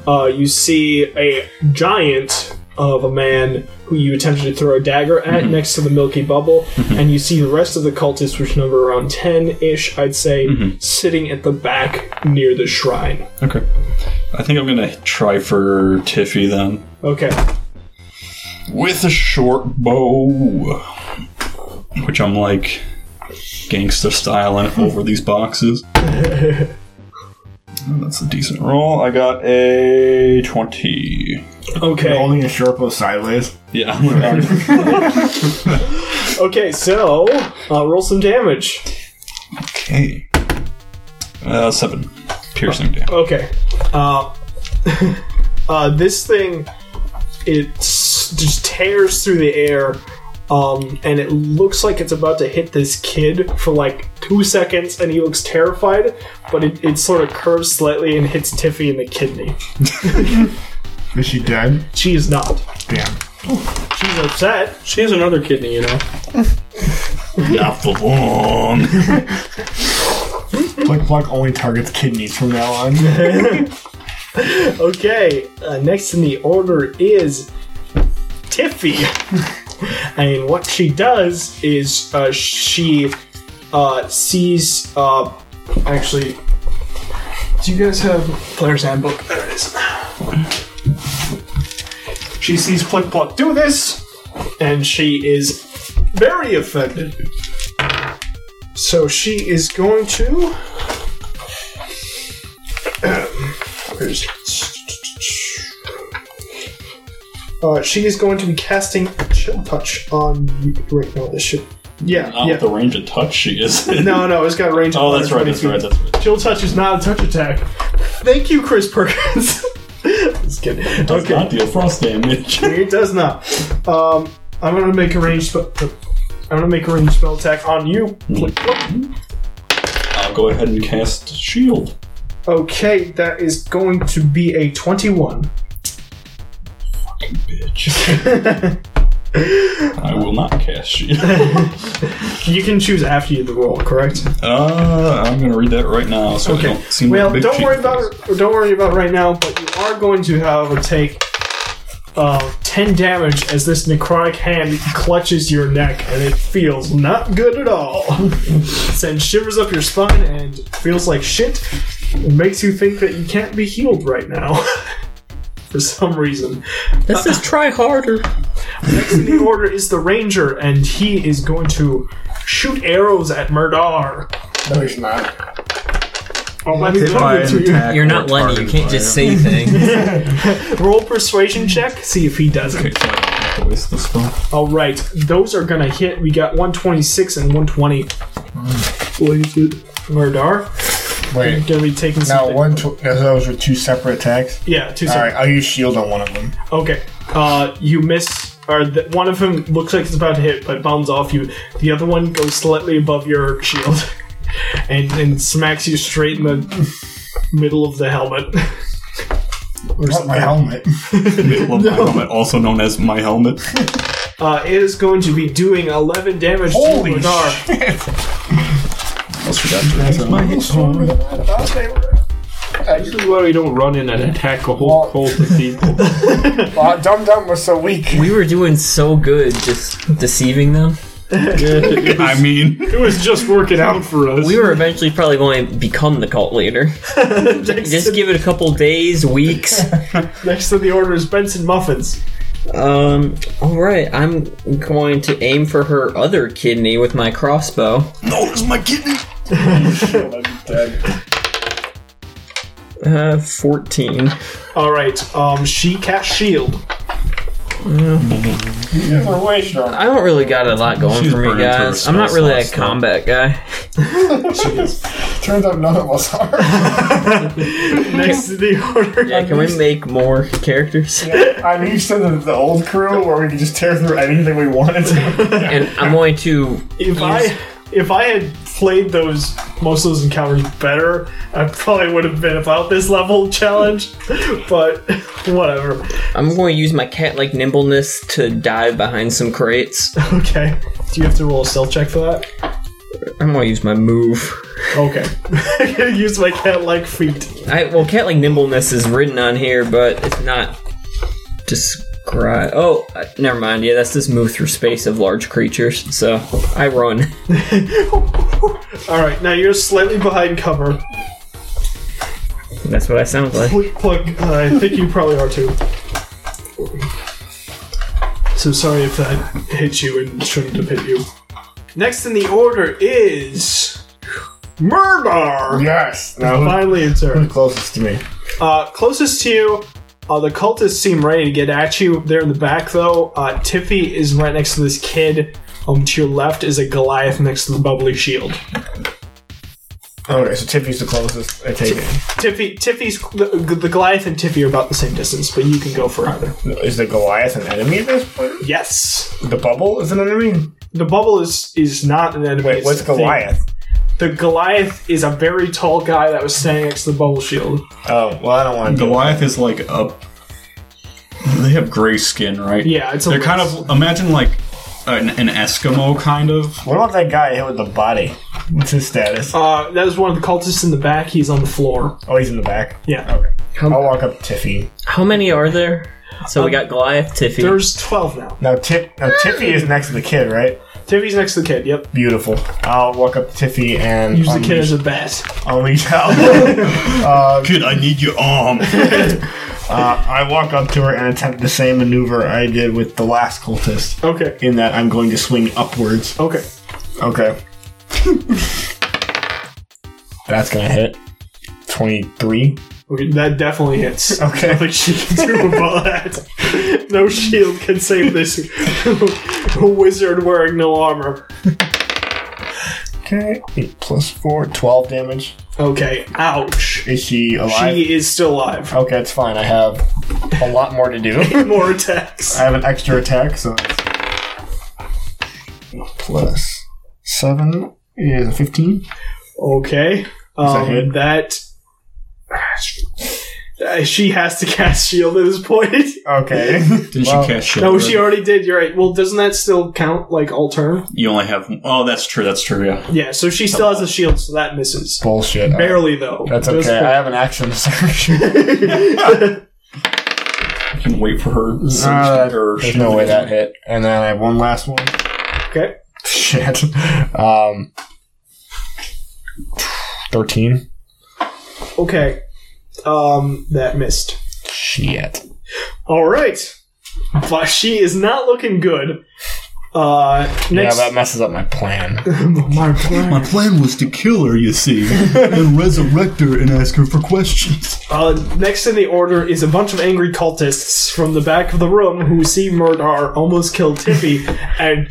A: Uh, you see a giant of a man who you attempted to throw a dagger at next to the Milky Bubble, and you see the rest of the cultists, which number around 10 ish, I'd say, sitting at the back near the shrine.
I: Okay, I think I'm gonna try for Tiffy then
A: Okay.
I: with a short bow, which I'm like gangster styling over these boxes. (laughs) That's a decent roll. I got a twenty.
A: Okay.
E: Holding a short bow sideways.
I: Yeah.
A: Okay, so uh, roll some damage.
I: okay. Uh, seven piercing damage.
A: Okay. Uh, (laughs) uh, this thing, it s- just tears through the air, um, and it looks like it's about to hit this kid for like two seconds, and he looks terrified, but it, it sort of curves slightly and hits Tiffy in the kidney.
E: Is she dead?
A: She is not.
E: Damn.
A: She's upset.
C: She has another kidney, you know.
I: Not for long.
E: Plick Pluck only targets kidneys from now
B: (laughs)
E: on.
A: Okay, uh, next in the order is Tiffy. (laughs) and what she does is uh, she uh, sees. Uh, actually, do you guys have Player's Handbook? There it is. She sees Plick Pluck do this, and she is very affected. So she is going to. Where's uh, she is going to be casting chill touch on you. Wait, no, this should. Yeah,
I: Not
A: yeah.
I: the range of touch she
A: (laughs)
I: is.
A: No, no, it's got a range. of
I: Oh, that's right.
A: 120
I: That's right.
A: feet.
I: That's right.
A: Chill touch is not a touch attack. Thank you, Chris Perkins. (laughs) Just kidding.
I: Does
A: Okay,
I: not deal
A: (laughs)
I: frost damage.
A: it does not. Um, I'm gonna make a range. Spe- I'm gonna make a range spell attack on you.
I: I'll go ahead and cast shield.
A: Okay, that is going to be a 21.
I: Bitch. (laughs) I will not cast shield.
A: You can choose after you the roll, correct?
I: (laughs) Uh, I'm gonna read that right now. So I
A: Okay.
I: don't seem
A: Well,
I: like a big
A: don't
I: cheat
A: worry
I: face.
A: about don't worry about right now. But you are going to, however, take uh, ten damage as this necrotic hand clutches your neck, and it feels not good at all. (laughs) Sends shivers up your spine and feels like shit. It makes you think that you can't be healed right now. (laughs) For some reason.
F: This is try harder.
A: Next in
I: (laughs)
A: the order is the ranger, and he is going to shoot arrows at Murdar.
E: No, he's not.
A: Oh, let me
B: By
A: give
B: an
A: it to you.
B: attack
D: You're
B: or
D: not Lenny. You
B: targeted
D: can't
B: by
D: just
B: it.
D: say things.
A: Roll persuasion check, see if he does it.
I: Okay, so I don't have to waste
A: (laughs)
I: this spell.
A: All right, those are gonna hit. We got 126 and 120. Murdar,
E: Wait.
A: gonna be taking
E: Now
A: some.
E: one. Tw- those were two separate attacks.
A: yeah, two
E: All right,
A: seconds.
E: I'll use shield on one of them.
A: Okay, uh, you miss or th- one of them looks like it's about to hit, but bounds off you. The other one goes slightly above your shield, (laughs) and and smacks you straight in the middle of the helmet. (laughs) Or
E: Not my
D: (laughs)
E: helmet.
I: Middle of my helmet, also known as my helmet.
A: Uh, it is going to be doing eleven damage
I: Holy
A: to (laughs) Lunar.
I: Almost forgot to (laughs) mention.
C: This is why we don't run in and attack a whole cult of (laughs) people.
G: Wow, Uh, Dum Dum was so weak.
D: (laughs) We were doing so good just deceiving them.
I: I mean, (laughs)
C: it was just working out for us.
D: We were eventually probably going to become the cult leader. just give it a couple days, weeks.
A: Next to the order is Benson Muffins.
D: Um, alright, I'm going to aim for her other kidney with my crossbow.
I: No, it's my kidney!
D: (laughs) Uh, 14.
A: All right. Um, she casts shield.
D: I don't really got a lot going
A: She's
D: for me,
A: burning through her
D: guys. I'm not
A: spell
D: really a
A: slots, though.
D: combat guy.
E: Turns out none of us are.
A: Next to the order.
D: Yeah, can we make more characters?
E: I'm used to the, (laughs) the old crew where we could just tear through anything we wanted
D: (laughs)
E: to.
D: (laughs) And I'm going to.
A: If I if I had played those most of those encounters better, I probably would have been about this level challenge. (laughs) But whatever.
D: I'm going to use my cat-like nimbleness to dive behind some crates.
A: Okay. Do you have to roll a stealth check for that?
D: I'm going to use my move.
A: Okay. (laughs) I'm gonna use my cat-like feet.
D: I well, cat-like nimbleness is written on here, but it's not described. Oh, uh, never mind. Yeah, that's this move through space of large creatures. So I run. (laughs)
A: All right. Now you're slightly behind cover.
D: That's what I sound like.
A: Pluck, pluck. Uh, I think you probably are too. So sorry if that hit you and shouldn't have hit you. Next in the order is Murdar.
E: yes. Now, who-
A: Finally, it's her.
E: who's closest to me?
A: Uh, closest to you, uh, the cultists seem ready to get at you. They're in the back, though. Uh, Tiffy is right next to this kid. Um, to your left is a Goliath next to the bubbly shield.
E: Okay, so Tiffy's the closest. I take it.
A: Tiffy, Tiffy's the, the Goliath and Tiffy are about the same distance, but you can go for either.
E: Is the Goliath an enemy at this point?
A: Yes,
E: The bubble is an enemy?
A: the bubble is is not an enemy.
E: Wait,
A: it's
E: what's
A: a thing.
E: Goliath?
A: The Goliath is a very tall guy that was standing next to the bubble shield.
E: Oh, well, I don't want to
I: Goliath is like a. They have gray skin, right?
A: Yeah, it's a
I: They're kind
A: lynx.
I: of. Imagine like an, an Eskimo, kind of.
E: What about that guy hit with the body? What's his status?
A: Uh, that is one of the cultists in the back. He's on the floor.
E: Oh, he's in the back.
A: Yeah,
E: Okay. I'll walk up to Tiffy.
D: How many are there? So we got Goliath, Tiffy.
A: there's twelve now.
E: Now, Tip, now Tiffy is next to the kid, right?
A: Tiffy's next to the kid. Yep,
E: Beautiful. I'll walk up to Tiffy and
A: use the kid as
E: unleash,
A: a bat.
E: unleash out.
I: Kid, I need your
A: (laughs)
I: arm.
E: Uh, (laughs) I walk up to her and attempt the same maneuver I did with the last cultist,
A: Okay,
E: in that I'm going to swing upwards.
A: okay.
E: Okay. (laughs) That's gonna hit. 23.
A: Okay, that definitely
E: (laughs)
A: hits. I
E: Okay.
A: think she can do about that. No shield can save this (laughs) wizard wearing no armor.
E: Okay. 8 plus 4, 12 damage.
A: Okay, ouch.
E: Is she alive?
A: She is still alive.
E: Okay, it's fine. I have a lot more to do. (laughs) I
A: More attacks.
E: have an extra attack, so. it's- Plus 7 is a 15.
A: Okay.
E: that
A: Um,
E: hit?
A: that. (sighs) Uh, She has to cast shield at this point. (laughs)
E: Okay.
I: Didn't
E: Well,
I: she cast shit?
A: no, she already did. You're right. Well, doesn't that still count like all turn?
I: You only have. Oh, that's true. That's true. Yeah.
A: Yeah. So she still has a shield, so that misses.
E: (laughs) Bullshit. Alright.
A: Barely though.
E: That's (laughs)
A: Does
E: okay.
A: count.
E: I have an action (laughs) search.
I: I can wait for her.
E: Uh,
I: or
E: There's no way that hit. And then I have one last one.
A: (laughs)
E: (laughs)
A: Okay.
E: Shit. Um, 13.
A: Okay. Um, that missed.
E: Shit.
A: All right. But she is not looking good. Uh,
E: Yeah,
A: next.
E: that messes up my (laughs) plan.
A: my plan.
I: My plan was to kill her, you see, and resurrect her and ask her for questions.
A: Uh, next in the order is a bunch of angry cultists from the back of the room who see Murdar almost kill Tippy and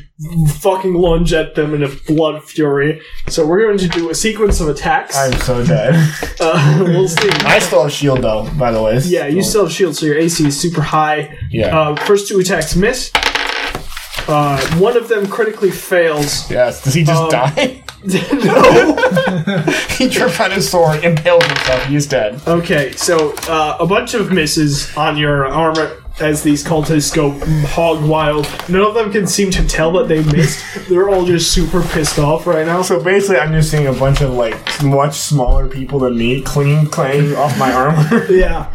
A: fucking lunge at them in a blood fury. So we're going to do a sequence of attacks.
E: I'm so (laughs) dead.
A: Uh, (laughs) we'll see.
E: I still have shield though, by the way.
A: Yeah, you still have shield, so your AC is super high.
E: Yeah.
A: Uh, first two attacks miss. Uh, one of them critically fails. (laughs)
E: Yes. Does he just
A: Um,
E: die?
A: no.
E: he tripped on his sword, impaled himself. He's dead.
A: Okay, so uh, a bunch of misses on your armor as these cultists go hog wild. None of them can seem to tell that they missed. They're all just super pissed off right now.
E: So basically, I'm just seeing a bunch of like much smaller people than me clinging, clanging off my
G: (laughs)
E: armor.
A: yeah.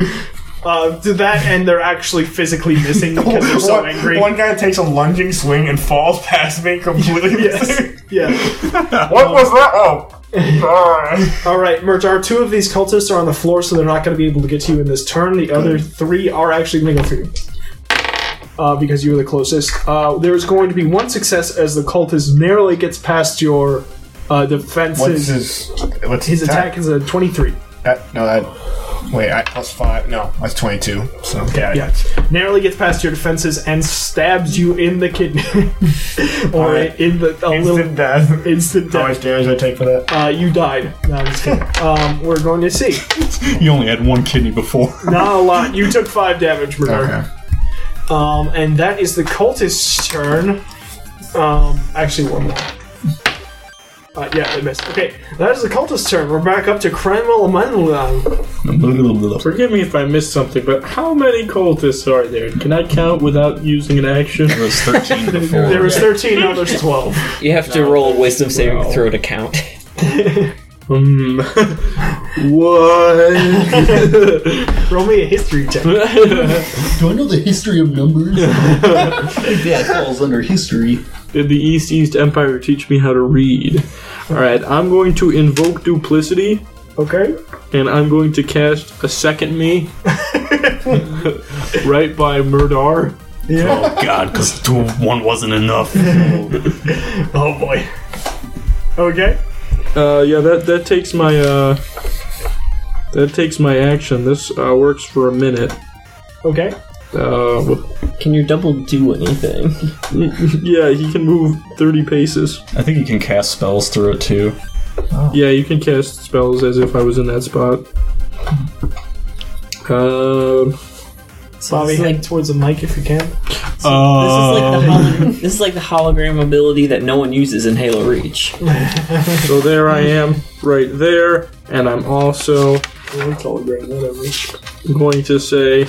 A: Uh, to that end, they're actually physically missing because they're so
E: (laughs) one,
A: angry.
E: one guy takes a lunging swing and falls past me
G: (laughs)
E: completely. (laughs)
A: yeah.
G: What was that? Oh, Uh,
A: All right, Murtar. Two of these cultists are on the floor, so they're not going to be able to get to you in this turn. The other three are actually going to go for you uh, because you were the closest. Uh, there is going to be one success as the cultist narrowly gets past your uh, defenses.
E: What's his? What's
A: His attack is a twenty-three.
E: That, no, that. Wait, I, plus five. No, that's twenty-two. So yeah,
A: Yeah, narrowly gets past your defenses and stabs you in the kidney, (laughs) or
E: Alright.
A: in the a
E: Instant
A: little
E: death.
A: instant
E: How
A: death.
E: much damage did I take for that?
A: Uh, you died. No, I'm just
E: (laughs)
A: kidding. Um, we're going to see.
I: You only had one kidney before.
A: Not a lot. You took five damage, Bernard. Um, and that is the cultist's turn. Um, actually, one more. Uh, yeah, I missed. Okay, that is the cultist's turn. We're back up to Cranwell Amandla.
C: Forgive me if I missed something, but how many cultists are there? Can I count without using an action?
I: It was 13 before.
A: There was 13, now there's
E: (laughs)
A: 12.
D: You have to roll a wisdom saving
C: Well.
D: throw to count. (laughs)
C: Hmm. what?
A: Roll me a history check.
L: Do I know the history of numbers? that falls under history.
C: Did the East East Empire teach me how to read? Alright, I'm going to invoke duplicity,
A: Okay.
C: and I'm going to cast a second (laughs) me right by Murdar.
A: Yeah.
I: Oh, God, because two one wasn't enough.
A: Oh boy. Okay.
C: Uh, yeah, that that takes my uh, that takes my action. This uh, works for a minute.
A: Okay.
C: Uh,
D: Can your double do anything?
C: yeah, he can move thirty paces.
I: I think you can cast spells through it too.
C: Yeah, you can cast spells as if I was in that spot. Um,
D: So
A: Bobby,
D: this is
A: head
D: like
A: towards the mic if you can.
D: Uh, this is like the holo- this is like the hologram ability that no one uses in Halo Reach.
C: so there I am, right there, and I'm also
A: Or telegram, whatever.
C: going to say,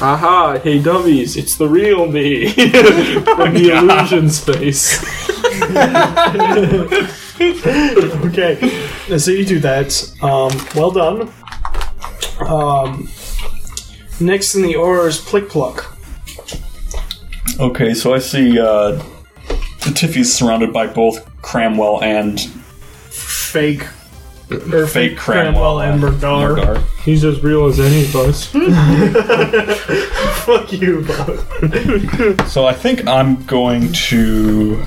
C: "Aha! Hey, dummies! It's the real me (laughs) from the illusion space."
A: (laughs) Okay. So you do that. Um, well done. Um, next in the order is Plick Pluck.
I: Okay, so I see uh, Tiffy's surrounded by both Cramwell and
A: Fake. Or
I: fake Cramwell,
A: and Murdar.
I: Murdar.
C: He's as real as any of us.
A: (laughs) Fuck you, Bob.
I: So I think I'm going to.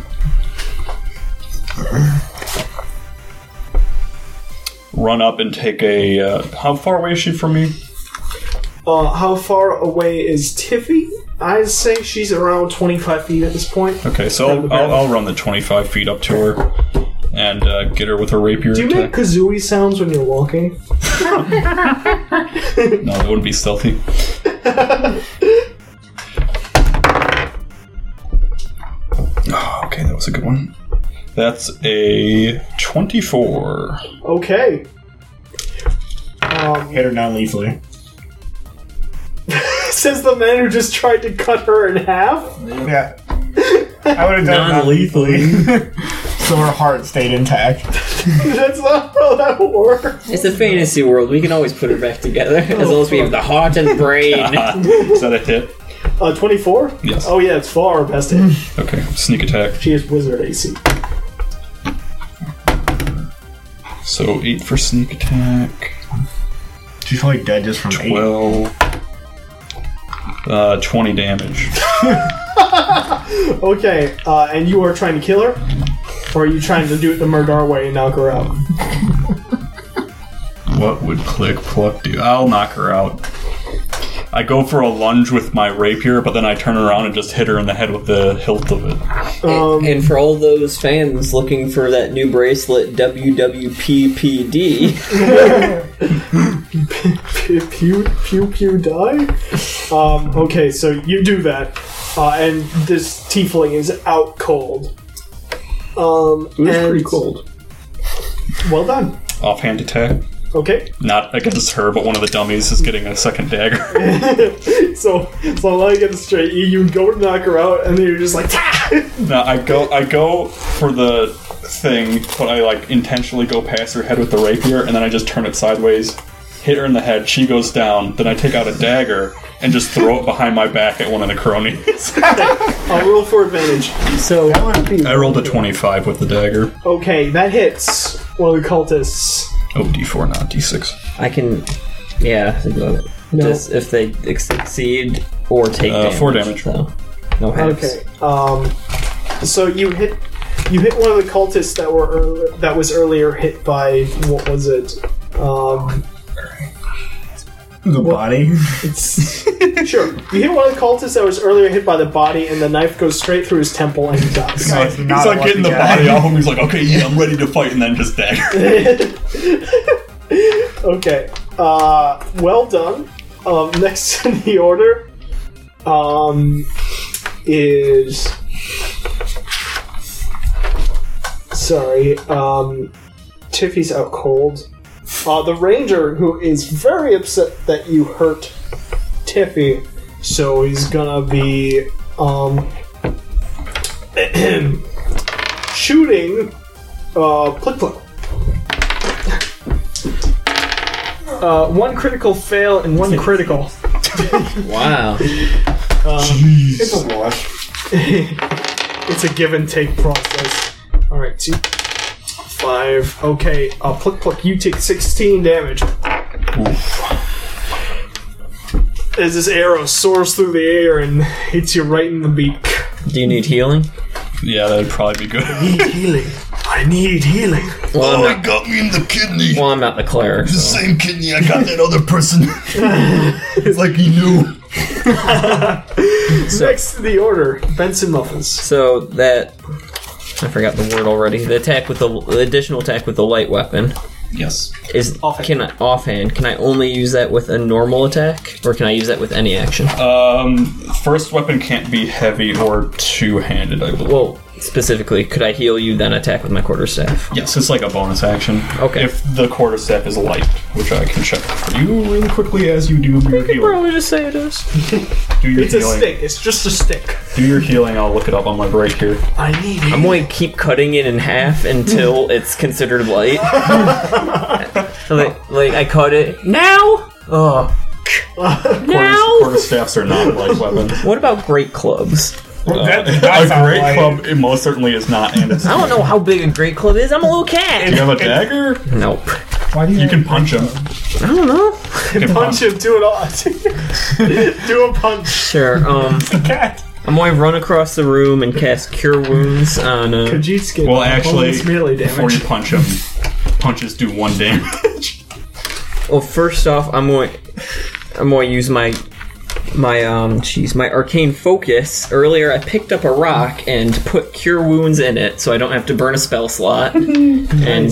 I: Run up and take a. Uh, how far away is she from me?
A: Uh, how far away is Tiffy? I'd say she's around 25 feet at this point.
I: Okay, so I'll, I'll, I'll run the 25 feet up to her and uh, get her with a rapier
A: Do you make
I: attack.
A: kazooie sounds when you're walking?
I: No, that wouldn't
A: (laughs)
I: be stealthy. oh, okay, that was a good one. That's a 24.
A: Okay. (laughs) Um,
E: Hit her non-lethally.
A: says the man who just tried to cut her in half. (laughs)
E: Yeah. I would have done non-lethally. (laughs) so her heart stayed intact.
A: That's not how that works.
D: It's a fantasy world. We can always put it back together as long as we have the heart and brain.
I: Is that a hit?
A: Uh, 24?
I: Yes.
A: Oh, yeah, it's far past it.
I: Okay, sneak attack.
A: She is wizard AC.
I: So 8 for sneak attack,
E: She's probably dead just from eight.
I: 12, uh, 20 damage.
A: Okay, uh, and you are trying to kill her? Or are you trying to do it the Murdar way and knock her out? (laughs)
I: What would Click Pluck do? I'll knock her out. I go for a lunge with my rapier, but then I turn around and just hit her in the head with the hilt of it.
A: Um,
D: and for all those fans looking for that new bracelet, WWPPD,
A: pew pew pew die. Um, okay, so you do that. uh, and this tiefling is out cold. Um,
C: It was pretty
A: and-
C: cold.
A: Well done.
I: Offhand attack.
A: Okay,
I: Not against her, but one of the dummies is getting a second dagger. (laughs)
A: so so let me get this straight. You, you go to knock her out, and then you're just like, "Tah!"
I: no, I go I go for the thing, but I like intentionally go past her head with the rapier, and then I just turn it sideways, hit her in the head, she goes down, then I take out a dagger and just throw it behind my back at one of the cronies.
A: (laughs) I'll roll for advantage. So
I: I rolled a twenty-five with the dagger.
A: okay, that hits one of the cultists.
I: Oh, d4, not d6.
D: I can. Yeah, I think about it. Just if they succeed or take
I: Uh,
D: damage.
I: four damage.
D: So. No halves.
A: Okay. Um, so you hit you hit one of the cultists that were earl- that was earlier hit by what was it? Um,
E: The body.
A: (laughs) It's sure. You hit one of the cultists that was earlier hit by the body, and the knife goes straight through his temple and he dies.
I: He's like, he's like getting the body off him. He's like, okay, yeah, I'm ready to fight, and then just dagger.
A: okay. Uh, well done. Um, (laughs) next in the order um, is. Sorry. Um, Tiffy's out cold. Uh, the ranger, who is very upset that you hurt Tiffy, so he's gonna be um, (clears throat) shooting uh, Plick Plick. Uh, one critical fail and one critical.
D: Wow.
A: Um, It's a wash. (laughs) it's a give and take process. All right, two, five. Okay, uh, pluck pluck. You take sixteen damage. As this arrow soars through the air and hits you right in the beak.
D: Do you need healing?
I: (laughs) Yeah, that'd probably be (laughs) good.
A: need healing. I need healing.
D: Well, I'm not,
L: got me in the kidney.
D: well, I'm not the cleric. so-
L: Same kidney I got that other
I: (laughs)
L: person. like he knew.
A: Next to the order, Benson Muffins.
D: So that I forgot the word already. The attack with the, the additional attack with the light weapon
I: Yes.
D: is can I offhand? Can I only use that with a normal attack, or can I use that with any action?
I: Um, first weapon can't be heavy or two-handed. I believe.
D: Well, specifically, could I heal you then attack with my quarterstaff?
I: Yes, it's like a bonus action.
D: Okay.
I: If the quarter step is light, which I can check for you really quickly as you do your healing.
D: Probably just say it is.
I: (laughs) Do your
A: It's a
I: healing.
A: stick. It's just a stick.
I: Do your healing. I'll look it up on my break here.
A: I need (laughs)
D: I'm going to keep cutting it in half until it's considered light. (laughs) so like, like I cut it now. (laughs) Oh,
I: Quarter, quarter staffs are not light weapons.
D: what about great clubs?
I: Uh, a great club it most certainly is not. And it's-
D: I don't know how big a great club is. I'm a little cat.
I: Do you have a dagger?
D: Nope.
I: Why do you? You can punch him.
D: I don't know.
A: punch him. Do it all. (laughs) do a punch.
D: Sure. Um, I'm going to run across the room and cast Cure Wounds on. Uh,
A: Khajiit's
I: Well, actually,
A: melee
I: before you
A: damage.
I: punch him, punches do one damage.
D: Well, first off, I'm going. I'm going to use my my um. Jeez, my arcane focus. Earlier, I picked up a rock and put Cure Wounds in it, so I don't have to burn a spell slot. and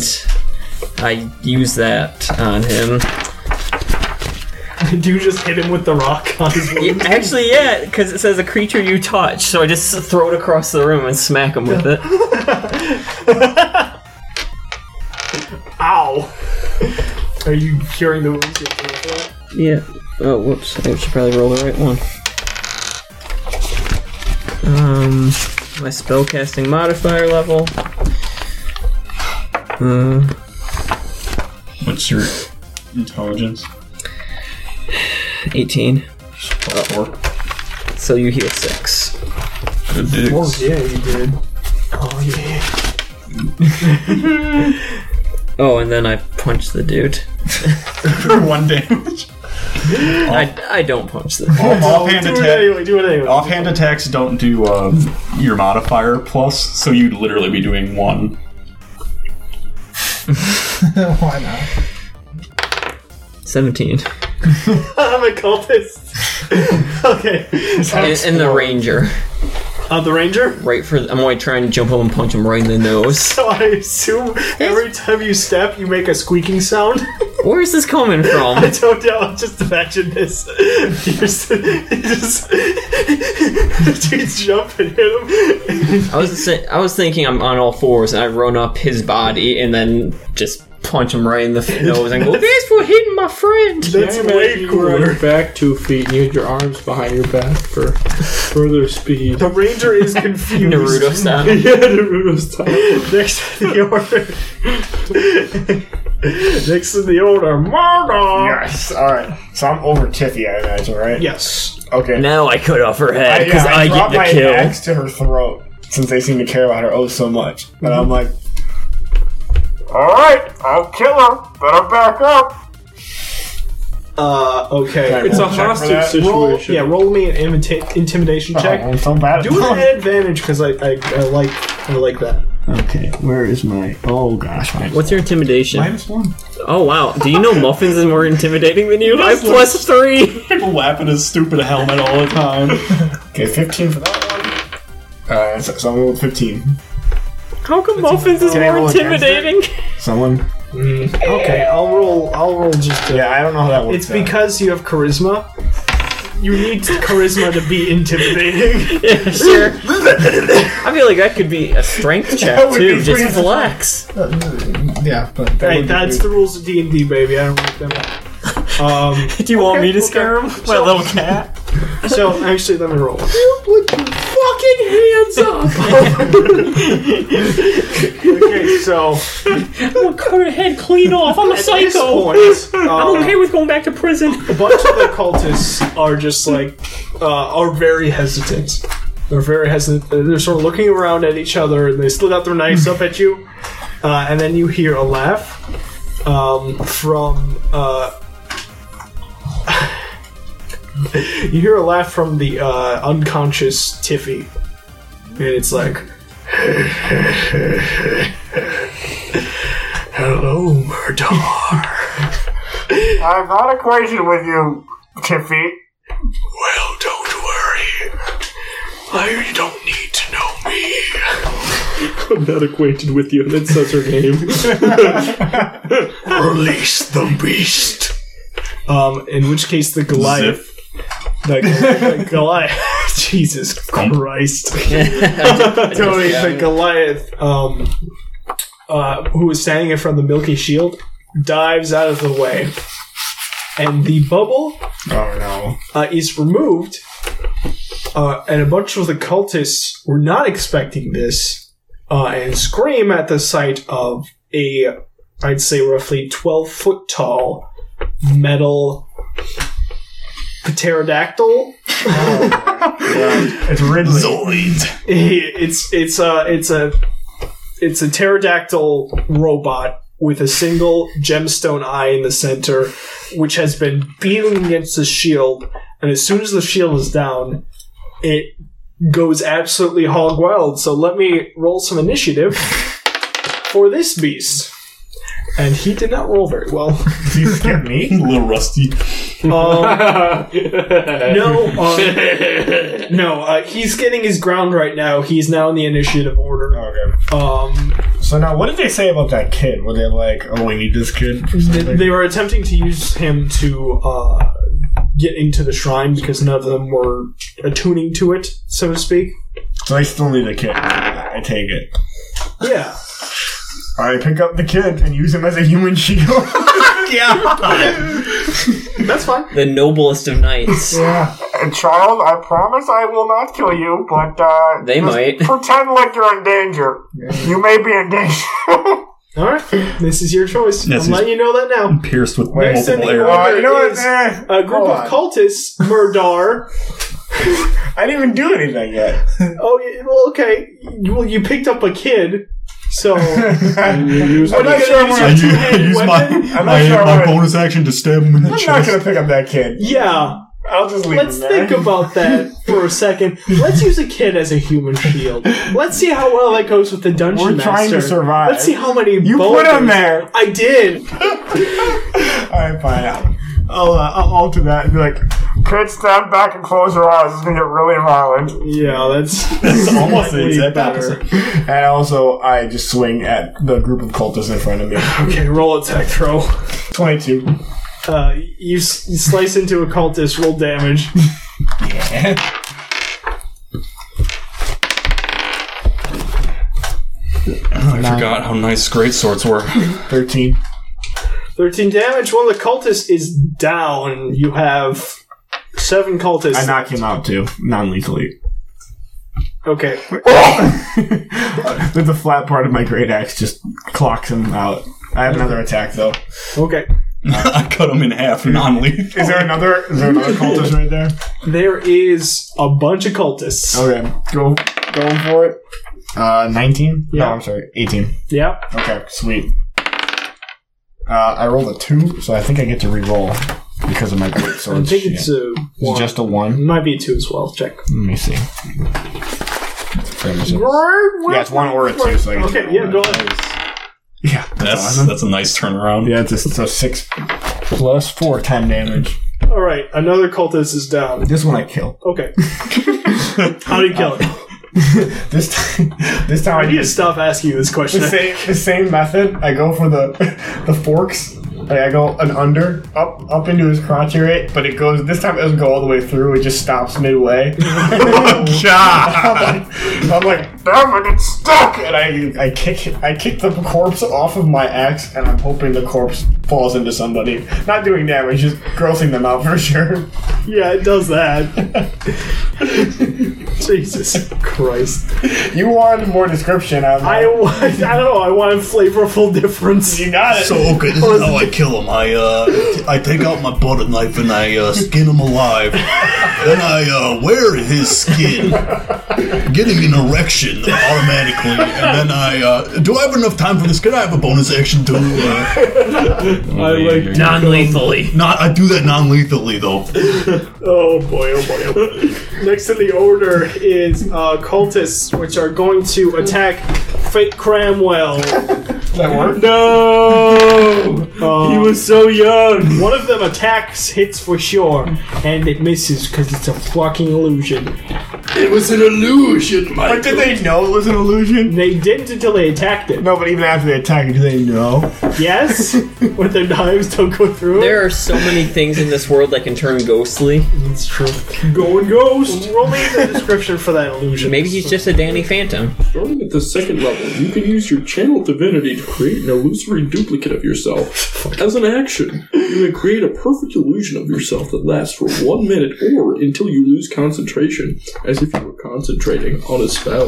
D: I use that on him.
A: (laughs) Do you just hit him with the rock on his
D: Yeah, actually, yeah, because it says a creature you touch, so I just throw it across the room and smack him with it.
A: Ow! Are you curing the wounds? you're doing for that?
D: Yeah. Oh, whoops. I should probably roll the right one. Um, my spellcasting modifier level. Uh,
I: What's your intelligence?
D: 18.
I: Plus four.
D: So you heal 6.
I: Good digs.
A: Oh yeah, you did. Oh yeah.
D: Oh, and then I punch the dude.
I: For (laughs) one
E: (laughs)
I: damage.
D: I, I don't punch the dude.
I: Offhand
A: Do it
I: attack.
A: anyway. Do it anyway.
I: Offhand attacks don't do um, your modifier plus, so you'd literally be doing one.
E: Why not?
D: 17.
A: I'm a cultist. okay.
D: And, and the ranger.
A: Uh, the ranger.
D: Right for. I'm going to try and jump up and punch him right in the nose.
A: So I assume every time you step, you make a squeaking sound. (laughs)
D: Where is this coming from?
A: I don't know. Just imagine this. You're s- you just, (laughs) dude's jumping hit him.
D: I was sa- I was thinking I'm on all fours and I run up his body and then just punch him right in the f- nose (laughs) and go.
F: Thanks for hitting my friend.
C: That's way cooler. back two feet and you had your arms behind your back for further speed.
A: The ranger (laughs) is confused.
C: Naruto style.
A: (laughs) yeah, Naruto style. Next in the order. (laughs) Next in the order, murder.
E: Yes. All right. So I'm over Tiffy, I imagine, right?
A: Yes.
E: Okay.
D: Now I cut off her head
E: yeah,
D: because I,
E: drop
D: get the
E: my
D: kill.
E: axe to her throat since they seem to care about her oh so much, and I'm like,
G: Alright, I'll kill her, but I'm back up.
A: Uh, okay.
G: It's a hostage
A: Roll,
G: situation.
A: yeah, roll me an imita- intimidation check.
E: Oh, I'm so bad at
A: Do it
E: that.
A: at advantage because I, I, I like I like that.
E: okay, where is my? Oh gosh, my
D: What's your intimidation?
E: Minus one.
D: Oh wow! Do you (laughs) know muffins is more intimidating than you? I plus three.
I: Lapping his stupid helmet all the time.
E: (laughs) okay, fifteen for that one. Uh, so, so I'm going with fifteen.
F: How come muffins is
E: Can I
F: more
E: roll against
F: intimidating?
D: (laughs)
E: Someone.
A: Okay, I'll roll. I'll roll just.
E: yeah, I don't know how that works.
A: It's because you have charisma. You need charisma to be (laughs) intimidating.
D: yeah, sure. I feel like (laughs) that could be a strength
A: That
D: check
A: would
D: too.
A: be
D: Just (laughs)
A: pretty-
D: flex.
E: yeah, but that
A: Hey,
E: would be
A: that's
E: weird.
A: the rules of D and D, baby. I don't like them. Um,
D: Do you want me to scare him? My little cat.
A: (laughs) so actually, let me roll.
D: Fucking hands up!
A: (laughs) Okay, so
F: I'm gonna cut her head clean off.
D: (laughs)
F: I'm a
A: At
F: psycho.
A: this point, um,
F: I'm okay with going back to prison.
A: a bunch of the cultists are just like uh, are very hesitant. They're very hesitant. They're sort of looking around at each other, and they slid out their knives up at you. Uh, and then you hear a laugh um, from uh, (laughs) you hear a laugh from the uh, unconscious Tiffy, and it's like, (laughs)
H: Hello, Murdar.
G: I'm not equated with you, Tiffy.
H: well, don't worry. I don't need to know me.
C: I'm not acquainted with you. That says her name.
H: (laughs) Release the beast.
A: um, in which case the Goliath, the, the Goliath, (laughs) Jesus Christ. (laughs) Tony, the Goliath, um, uh, who is standing in front of the Milky Shield, dives out of the way. And the bubble
E: Oh no.
A: uh, is removed. Uh, and a bunch of the cultists were not expecting this uh, and scream at the sight of a, I'd say, roughly 12 foot tall metal pterodactyl
E: Oh, (laughs) It's Ridley.
A: (laughs) it's it's a it's a it's a pterodactyl robot with a single gemstone eye in the center, which has been beating against the shield. And as soon as the shield is down, it goes absolutely hog wild. So let me roll some initiative for this beast. And he did not roll very
E: (laughs)
A: well.
E: He scared
I: (laughs) A
E: me.
I: little rusty.
E: (laughs)
A: Um, no, um,
H: Zoid.
A: no. Uh, he's getting his ground right now. He's now in the initiative order.
E: Okay.
A: Um,
E: So now, what did they say about that kid? Were they like, "Oh, we need this kid"? or
A: Th-
E: something?
A: they were attempting to use him to uh, get into the shrine because none of them were attuning to it, so to speak.
E: So I still need a kid. I take it.
A: Yeah.
E: I pick up the kid and use him as a human (laughs) shield.
A: That's fine.
D: The noblest of (laughs) knights.
E: yeah.
G: Uh, child, I promise I will not kill you, but uh,
D: They
G: just
A: (laughs)
D: might.
G: pretend like you're in danger. You may be in danger. (laughs)
A: All right. This is your choice.
I: Yes,
A: I'm letting you know that now.
I: Pierced with
E: Wait,
A: Next in
I: multiple
A: the
I: arrows.
E: Uh,
A: order
E: you know what?
A: is
E: Eh,
A: a group
E: hold
A: of
E: on.
A: cultists, (laughs) Murdar.
E: I didn't even do anything
I: (laughs)
E: yet.
A: oh, yeah, well, okay. You, well, you picked up a kid, (laughs) so
E: (laughs) I'm
A: I'm
E: not sure I
A: use
E: want
A: your
I: I
E: to.
I: use,
A: two-handed
I: I use my,
A: weapon?
E: I'm not
I: my,
E: sure I
I: my
E: wanna-
I: bonus action to stab him in the
E: I'm not
I: chest.
E: gonna pick up that kid.
A: yeah.
E: I'll just leave
A: Let's
E: him there.
A: think about that for a second. Let's use a kid as a human shield. Let's see how well that goes with the dungeon
E: We're trying to
A: master.
E: survive.
A: Let's see how many
E: you put
A: boulders-
E: him there.
A: I did.
E: All right, fine. I'll, uh, I'll alter that and be like,
G: Kid, stand back and close your eyes. It's gonna get really violent.
A: Yeah, that's
E: that's almost the exact opposite. And also, I just swing at the group of cultists in front of
G: (laughs)
E: me.
A: Okay, roll attack throw.
E: 22.
A: Uh, you, s- you slice into a cultist, roll damage.
I: I forgot how nice great swords were.
E: 13.
A: 13 damage. One of the cultists is down. You have seven cultists.
E: I knock him out too, non lethally.
A: Okay.
E: With the flat part of my great axe just clocks him out. I have another attack though.
A: Okay.
I: I cut him in half, non-lethal.
E: Is there another? Is there another cultist right there?
A: There is a bunch of cultists.
E: Okay, go going for it. Uh, nineteen.
A: Yeah.
E: No, I'm sorry, eighteen.
A: Yeah.
E: Okay, sweet. Uh, I rolled a two, so I think I get to re-roll because of my great
A: I
E: sword.
A: think
E: Oh, shit.
A: it's a
E: Is it
A: one.
E: just a one.
A: Might be a two as well. Check.
E: Let me see.
A: Yeah,
E: it's one or a two, so I get to
A: Okay, yeah, go ahead.
E: Yeah, that's
I: That's
E: awesome.
I: that's a nice turnaround.
E: Yeah, it's a, so six plus four time damage.
A: All right, another cultist is down.
E: This one I kill. (laughs)
A: Okay. How do you kill it?
E: This time, (laughs) this time
A: I need to stop asking you this question.
M: (laughs)
E: the same the same method. I go for the (laughs) the forks. Like I go an under up up into his crotch area, but it goes this time. It doesn't go all the way through. It just stops
M: (laughs)
E: midway. (laughs)
M: Oh,
E: I'm like, I'm like, damn it, it's stuck! And I I kick I kick the corpse off of my axe, and I'm hoping the corpse falls into somebody. Not doing damage, just grossing them out (laughs) for sure.
A: Yeah, it does (laughs) that. Jesus Christ.
E: You wanted more description. I'm
A: I, wa- (laughs) I don't know. I want a flavorful difference.
E: You got
M: So okay, this is how I kill him. I uh, t- I take out my butter knife and I uh, skin him alive. then I uh, wear his skin, getting an erection automatically. And then I uh, do I have enough time for this? Can I have a bonus action to? Uh,
C: I like
M: non-lethally. Not I do that non-lethally though.
A: Oh boy, oh boy, oh (laughs) boy. Next in the order is uh, cultists, which are going to attack Fake Cramwell.
E: that work?
A: (laughs) No! he was so young! Uh, One of them attacks, hits for sure, and it misses because it's a fucking illusion.
M: It was an illusion,
E: But did they know it was an illusion?
A: They didn't until they attacked (laughs) it.
E: No, but even after they attack it, do they know?
A: Yes? With their knives don't go through?
D: There are so many things in this world that can turn ghostly.
A: That's true. Going ghost! Roll me the description for that illusion.
D: Maybe he's just a Danny Phantom.
C: Starting at the second level, you can use your channel divinity to create an illusory duplicate of yourself. As an action, you may create a perfect illusion of yourself that lasts for one minute or until you lose concentration, as if you were concentrating on a spell.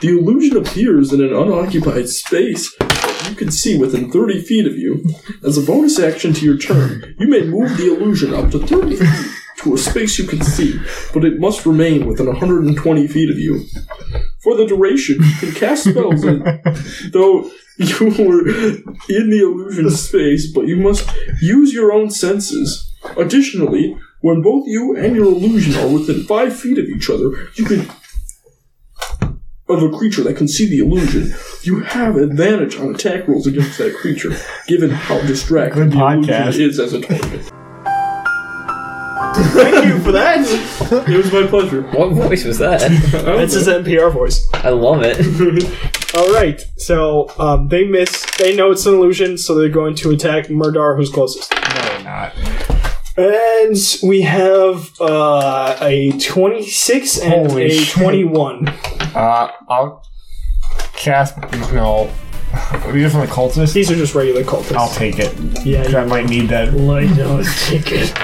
C: The illusion appears in an unoccupied space that you can see within 30 feet of you. As a bonus action to your turn, you may move the illusion up to 30 feet to a space you can see, but it must remain within 120 feet of you. For the duration, you can cast spells in, though you were in the illusion space, but you must use your own senses. Additionally, when both you and your illusion are within five feet of each other, you can of a creature that can see the illusion, you have advantage on attack rolls against that creature, given how distracting the illusion is as a target.
A: Thank you for that! It
C: was my pleasure.
D: What voice
E: (laughs)
D: was that?
A: That's his NPR voice.
D: I love it.
A: All right, so um, they miss. They know it's an illusion, so they're going to attack Murdar, who's closest.
E: No, not.
A: And we have uh, a twenty-six and
E: Holy
A: a
E: shit.
A: twenty-one.
E: Uh, I'll cast. No. Are (laughs) these from the cultists?
A: These are just regular cultists.
E: I'll take it.
A: Yeah,
E: 'Cause I might need that.
A: Light on ticket.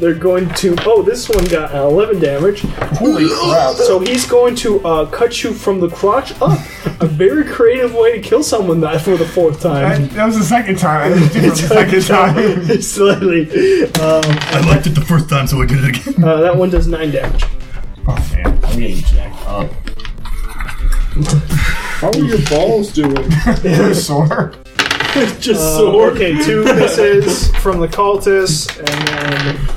A: They're going to. Oh, this one got uh, eleven damage.
E: Holy crap!
A: So he's going to uh, cut you from the crotch up. a very creative way to kill someone that for the fourth
E: I,
A: time.
E: that was the second time. I didn't do it the second (laughs) time.
A: (laughs) Slightly. Um,
M: I liked it the first time, so I did it again.
A: uh, that one does nine damage. Uh,
E: Oh man, I'm getting jacked up.
C: How are your balls doing?
A: (laughs)
E: They're sore.
C: Just
A: Uh,
C: sore.
A: Okay, two misses from the cultist, and then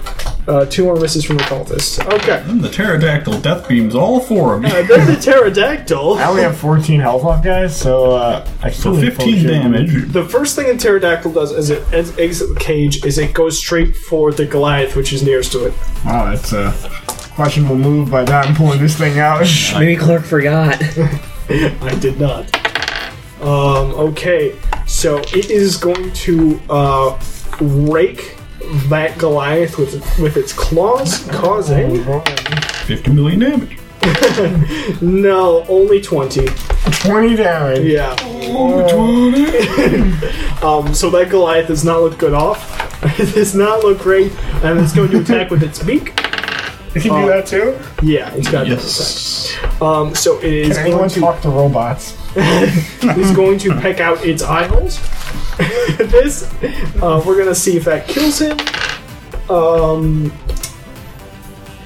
A: Uh, two more misses from the cultist. Okay.
I: the pterodactyl death beams all four of me.
A: Uh, they're the pterodactyl.
E: I only have 14 health left, guys, so uh, I still
I: So
E: need
I: 15
E: potion.
I: damage.
A: The first thing a pterodactyl does as it ex- exits the cage is it goes straight for the Goliath, which is nearest to it.
E: Wow, that's a questionable move by that. I'm pulling this thing out. (laughs)
D: Maybe Clark forgot.
A: I did not. Um, okay, so it is going to uh, rake that Goliath with with its claws, causing
I: 50 million damage.
A: no, only twenty.
E: 20 damage.
A: Yeah. (laughs) um, so that Goliath does not look good off. (laughs) It does not look great, and it's going to attack with its beak.
E: You can
A: Um,
E: do that too?
A: Yeah, it's got yes. Um, so it is
E: Can anyone
A: going to
E: talk to (laughs) robots? Hmm.
A: is going to peck out its eye holes. (laughs) this, uh, we're gonna see if that kills him. Um,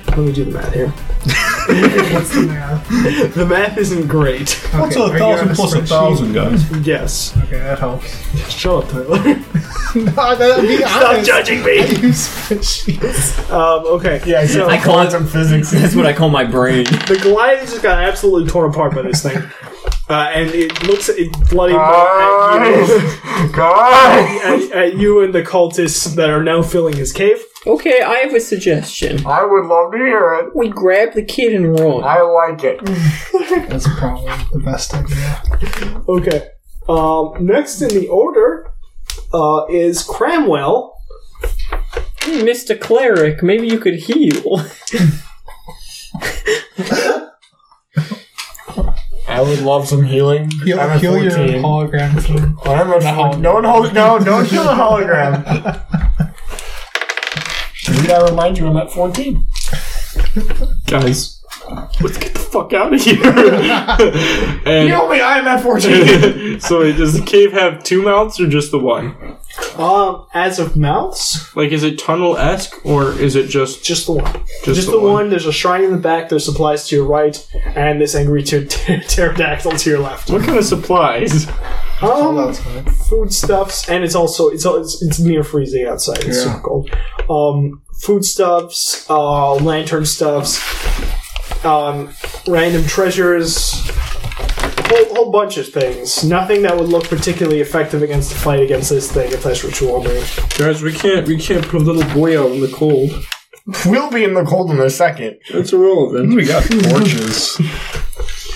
A: let me do the math here. (laughs)
E: What's the math?
A: the math isn't great.
I: What's a thousand plus a thousand, guys?
A: Yes.
E: Okay, that helps.
A: Shut up, Tyler.
E: be
A: Stop
E: honest.
A: judging me.
E: I use spreadsheets.
A: Um, okay.
E: Yeah, so
D: I call it-
E: quantum physics.
D: That's what I call my brain.
A: The Goliath just got absolutely torn apart by this thing. Uh, and it looks at it bloody
E: Ah.
G: Guys! Guys!
A: at, at, at you and the cultists that are now filling his cave.
D: Okay, I have a suggestion.
G: I would love to hear it.
D: We grab the kid and run.
G: I
E: (laughs)
G: like it.
E: That's probably the best idea.
A: Okay. Um, next in the order uh, is Cramwell.
D: Hey, Mr. Cleric, maybe you could heal.
E: I would love some healing.
B: Heal,
E: I'm at
B: heal your
E: 14.
B: hologram kid.
E: Well, I'm at
B: hologram.
E: 14. No one hold. No, (laughs) don't heal the hologram. Did I remind you I'm at 14?
C: Guys, let's get the fuck out of here. (laughs) and
E: Heal me, I'm at 14.
C: (laughs) so wait, does the cave have two mouths or just the one?
A: Um, as of mouths,
C: Like, is it tunnel esque or is it just
A: just the one.
C: just,
A: Just the, one. There's a shrine in the back. There's supplies to your right, and this angry (laughs) pter- pter- pterodactyl to your left.
C: What kind of supplies?
A: Um, foodstuffs, and it's also it's al- it's, it's near freezing outside. It's
E: Yeah.
A: super cold. Um, foodstuffs, uh, lantern stuffs, um, random treasures, whole whole bunch of things. Nothing that would look particularly effective against the fight against this thing if that's what you want to do.
C: Guys, we can't we can't put a little boy out in the cold.
E: We'll be in the cold in a second.
C: That's irrelevant.
I: We got torches.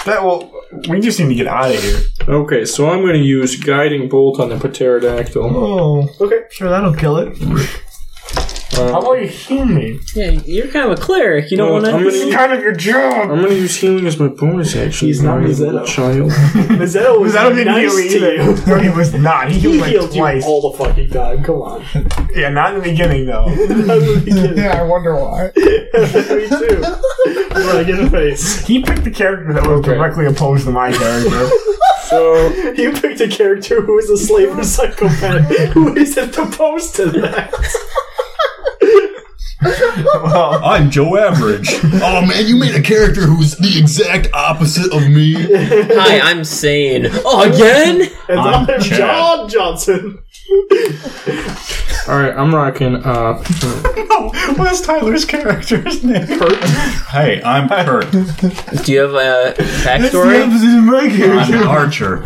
E: That will. We just need to get out of here.
C: Okay, so I'm going to use guiding bolt on the pterodactyl.
E: Oh,
A: Okay.
E: sure, that'll kill it. How about you heal me?
D: yeah, you're kind of a cleric. You don't
C: Uh,
D: want
C: I'm
D: to.
C: gonna
E: This is kind of your job.
C: I'm going to use healing as my bonus action.
A: He's not
C: my
A: Mazzetto.
E: (laughs)
C: child.
A: Mazzetto was
E: That didn't
A: nice
E: heal
A: to
E: either.
A: you.
E: No, he was not. He healed,
A: He
E: like
A: healed you
E: twice.
A: all the fucking time. Come on.
E: (laughs) Yeah, not in the
A: (laughs)
E: beginning though. (laughs)
A: Me
E: I
A: (laughs)
E: wonder why.
A: too. Right in the face.
E: He picked the character that was directly opposed to my (laughs) character.
C: So
A: You picked a character who is a slave or (laughs) psychopath who isn't opposed to that.
E: well,
I: I'm Joe Average.
M: (laughs) Oh man, you made a character who's the exact opposite of me.
D: Hi, I'm sane. Oh, again?
A: And
I: I'm
A: I'm
I: Chad.
A: John Johnson.
C: all right, I'm rocking. Uh,
E: (laughs) what's Tyler's character's name?
I: Hey, I'm Kurt.
D: Do you have a backstory?
E: of my
I: I'm
E: (laughs)
I: an archer.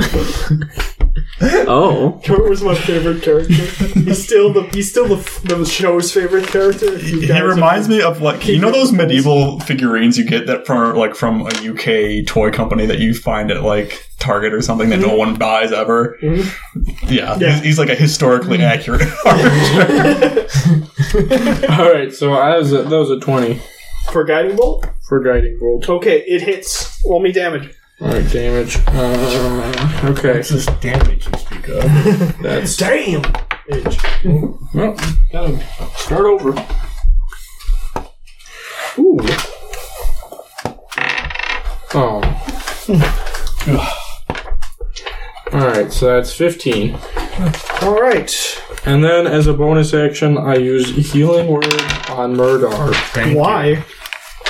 D: Oh.
A: Kurt was my favorite character. He's still the he's still the, the show's favorite character.
I: He reminds me of like you know those medieval figurines you get that from like from a UK toy company that you find at like Target or something that
E: Mm-hmm.
I: no one buys ever. Yeah,
A: Yeah.
I: He's, he's like a historically
E: Mm-hmm.
I: accurate (laughs) archer.
C: (laughs) all right, so I was a, that was a twenty
A: for guiding bolt.
C: for guiding bolt.
A: Okay, it hits. Roll me damage.
C: All right, damage. Uh, okay,
E: This damage you speak of.
C: that's
A: Damn. Itch.
C: well. Gotta start over. Ooh. Oh. (laughs) All right, Oh. so that's fifteen.
A: All right.
C: And then, as a bonus action, I use Healing Word on Murdar.
A: Why?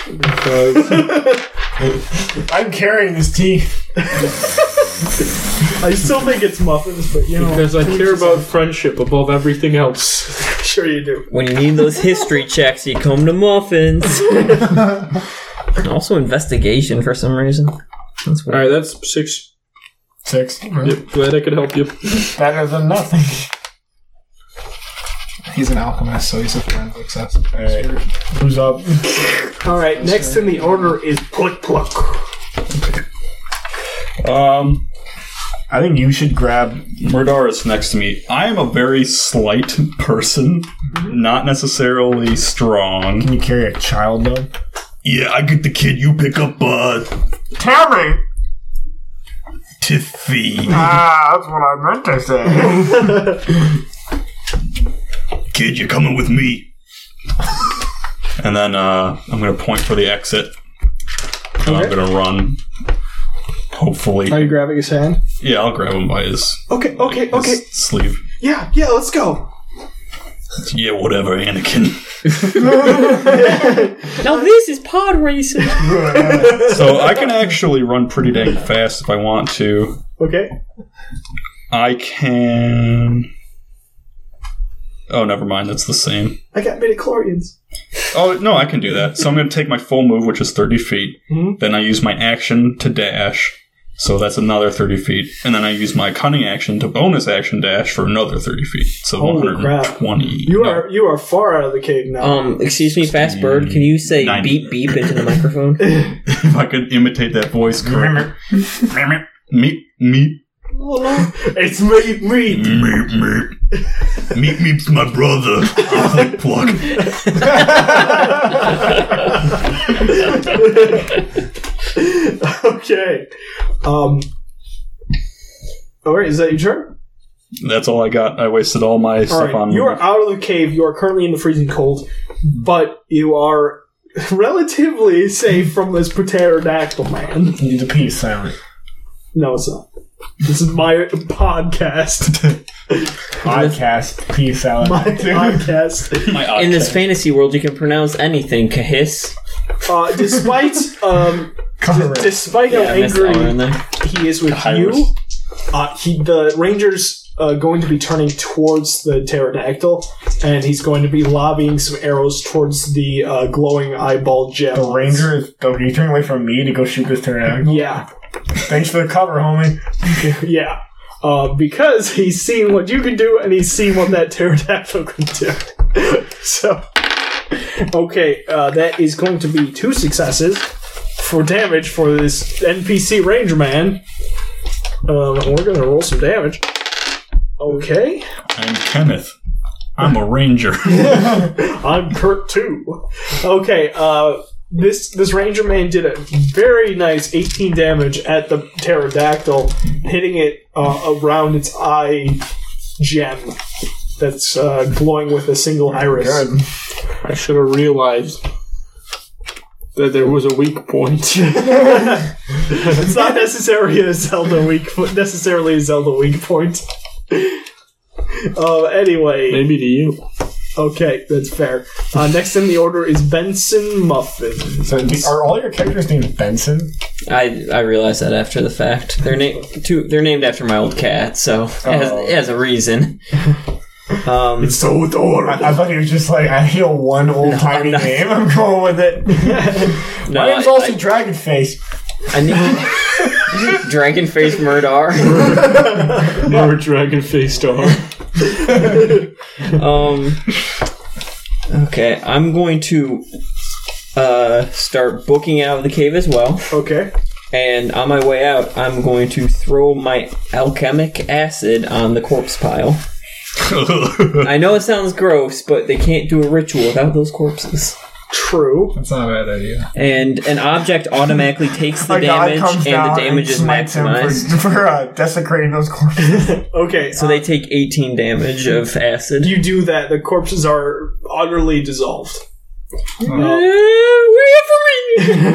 C: Because
E: I'm carrying this tea.
A: I still think it's muffins, but you know.
C: because I care about friendship above everything else.
A: sure you do.
D: When you need those history checks, you come to muffins. And also investigation for some reason. That's weird.
C: All right, that's six.
E: Six.
C: Yep. Glad I could help you.
E: Better than nothing. (laughs) He's an alchemist, so he's a forensic assassin. Who's up?
A: All right, next in the order is Pluck Pluck.
I: Um,
E: I think you should grab
I: Murdaris next to me. I am a very slight person,
E: Mm-hmm.
I: not necessarily strong. Can
E: you carry a child though?
M: Yeah, I get the kid. You pick up uh,
G: Tell me.
M: Tiffy.
G: Ah, that's what I meant to say.
M: Kid, you're coming with me. and then uh, I'm gonna point for the exit. And I'm gonna run. Hopefully,
A: Are you grabbing his hand?
I: yeah, I'll grab him by his
A: Okay, okay, okay.
I: sleeve.
A: Yeah, yeah, let's go.
M: Yeah, whatever, Anakin. (laughs)
F: Now this is pod racing.
I: so I can actually run pretty dang fast if I want to.
A: Okay.
I: I can. Oh, never mind. That's the same.
A: I got midichlorians.
I: Oh no, I can do that. So I'm going to take my full move, which is 30 feet.
A: Mhm.
I: Then I use my action to dash, so that's another 30 feet. And then I use my cunning action to bonus action dash for another 30 feet. So
A: Holy crap.
I: 120.
A: You are you are far out of the cave now.
D: Um, excuse me, fast bird. Can you say beep beep into the microphone?
I: if I could imitate that voice correctly. meep meep
A: (laughs) it's me, me. (laughs)
M: Meep, meep. Meep, meep's my brother. Pluck, pluck.
A: okay. Um. All right, is that your turn?
I: That's all I got. I wasted all my
A: All
I: stuff
A: right,
I: on.
A: you are out of the cave. You are currently in the freezing cold, but you are (laughs) relatively safe from this pterodactyl man.
E: You need to pee silent.
A: No, it's not. This is my
D: (laughs)
A: podcast.
E: Podcast pee silent.
A: My (laughs) podcast.
D: In this fantasy world, you can pronounce anything. Kahis.
A: Uh, despite
D: (laughs)
A: um, d-
E: (laughs)
A: despite how
D: Yeah, I missed that one in
A: angry
D: there.
A: he is with
D: Kairos.
A: you, uh, he the ranger's uh, going to be turning towards the pterodactyl, and he's going to be lobbing some arrows towards the uh, glowing eyeball gem.
E: The ranger is. Oh, you turn away from me to go shoot this (laughs) pterodactyl?
A: Yeah,
E: Thanks for the cover, homie.
A: (laughs) yeah. Uh, because he's seen what you can do, and he's seen what that pterodactyl can do. (laughs) so, okay, uh, that is going to be two successes for damage for this NPC Ranger man. Um, we're gonna roll some damage. Okay,
I: I'm Kenneth. I'm a ranger.
A: I'm Kurt too. Okay, uh, this this Ranger man did a very nice 18 damage at the pterodactyl, hitting it uh, around its eye gem that's uh, glowing with a single iris.
C: I should have realized that there was a weak
A: (laughs)
C: point. (laughs)
A: it's not necessarily a Zelda weak necessarily a Zelda weak point. (laughs) Uh, anyway,
C: maybe to you.
A: Okay, that's fair. Uh, next in the order is Benson Muffin.
E: So, are all your characters named Benson?
D: I I realized that after the fact. They're named two. They're named after my old cat, so it has, it has
E: (laughs)
D: a reason. Um,
E: It's so adorable. I, I thought he was just like, I hear one old timey
D: I'm not-
E: name. I'm going with it.
D: (laughs) no,
E: My name's
D: I-
E: also Dragonface.
D: I
E: (laughs)
D: need Dragon Face Murdar.
C: Never dragon faced are.
D: Um, okay, I'm going to uh, start booking out of the cave as well.
A: Okay.
D: And on my way out, I'm going to throw my alchemic acid on the corpse pile. I know it sounds gross, but they can't do a ritual without those corpses.
A: True.
E: That's not a bad idea.
D: And an object automatically takes the damage, and the damage is maximized.
E: for, (laughs) for uh, desecrating those corpses.
A: Okay,
D: So they take 18 damage of acid.
A: you do that. The corpses are utterly dissolved. (laughs)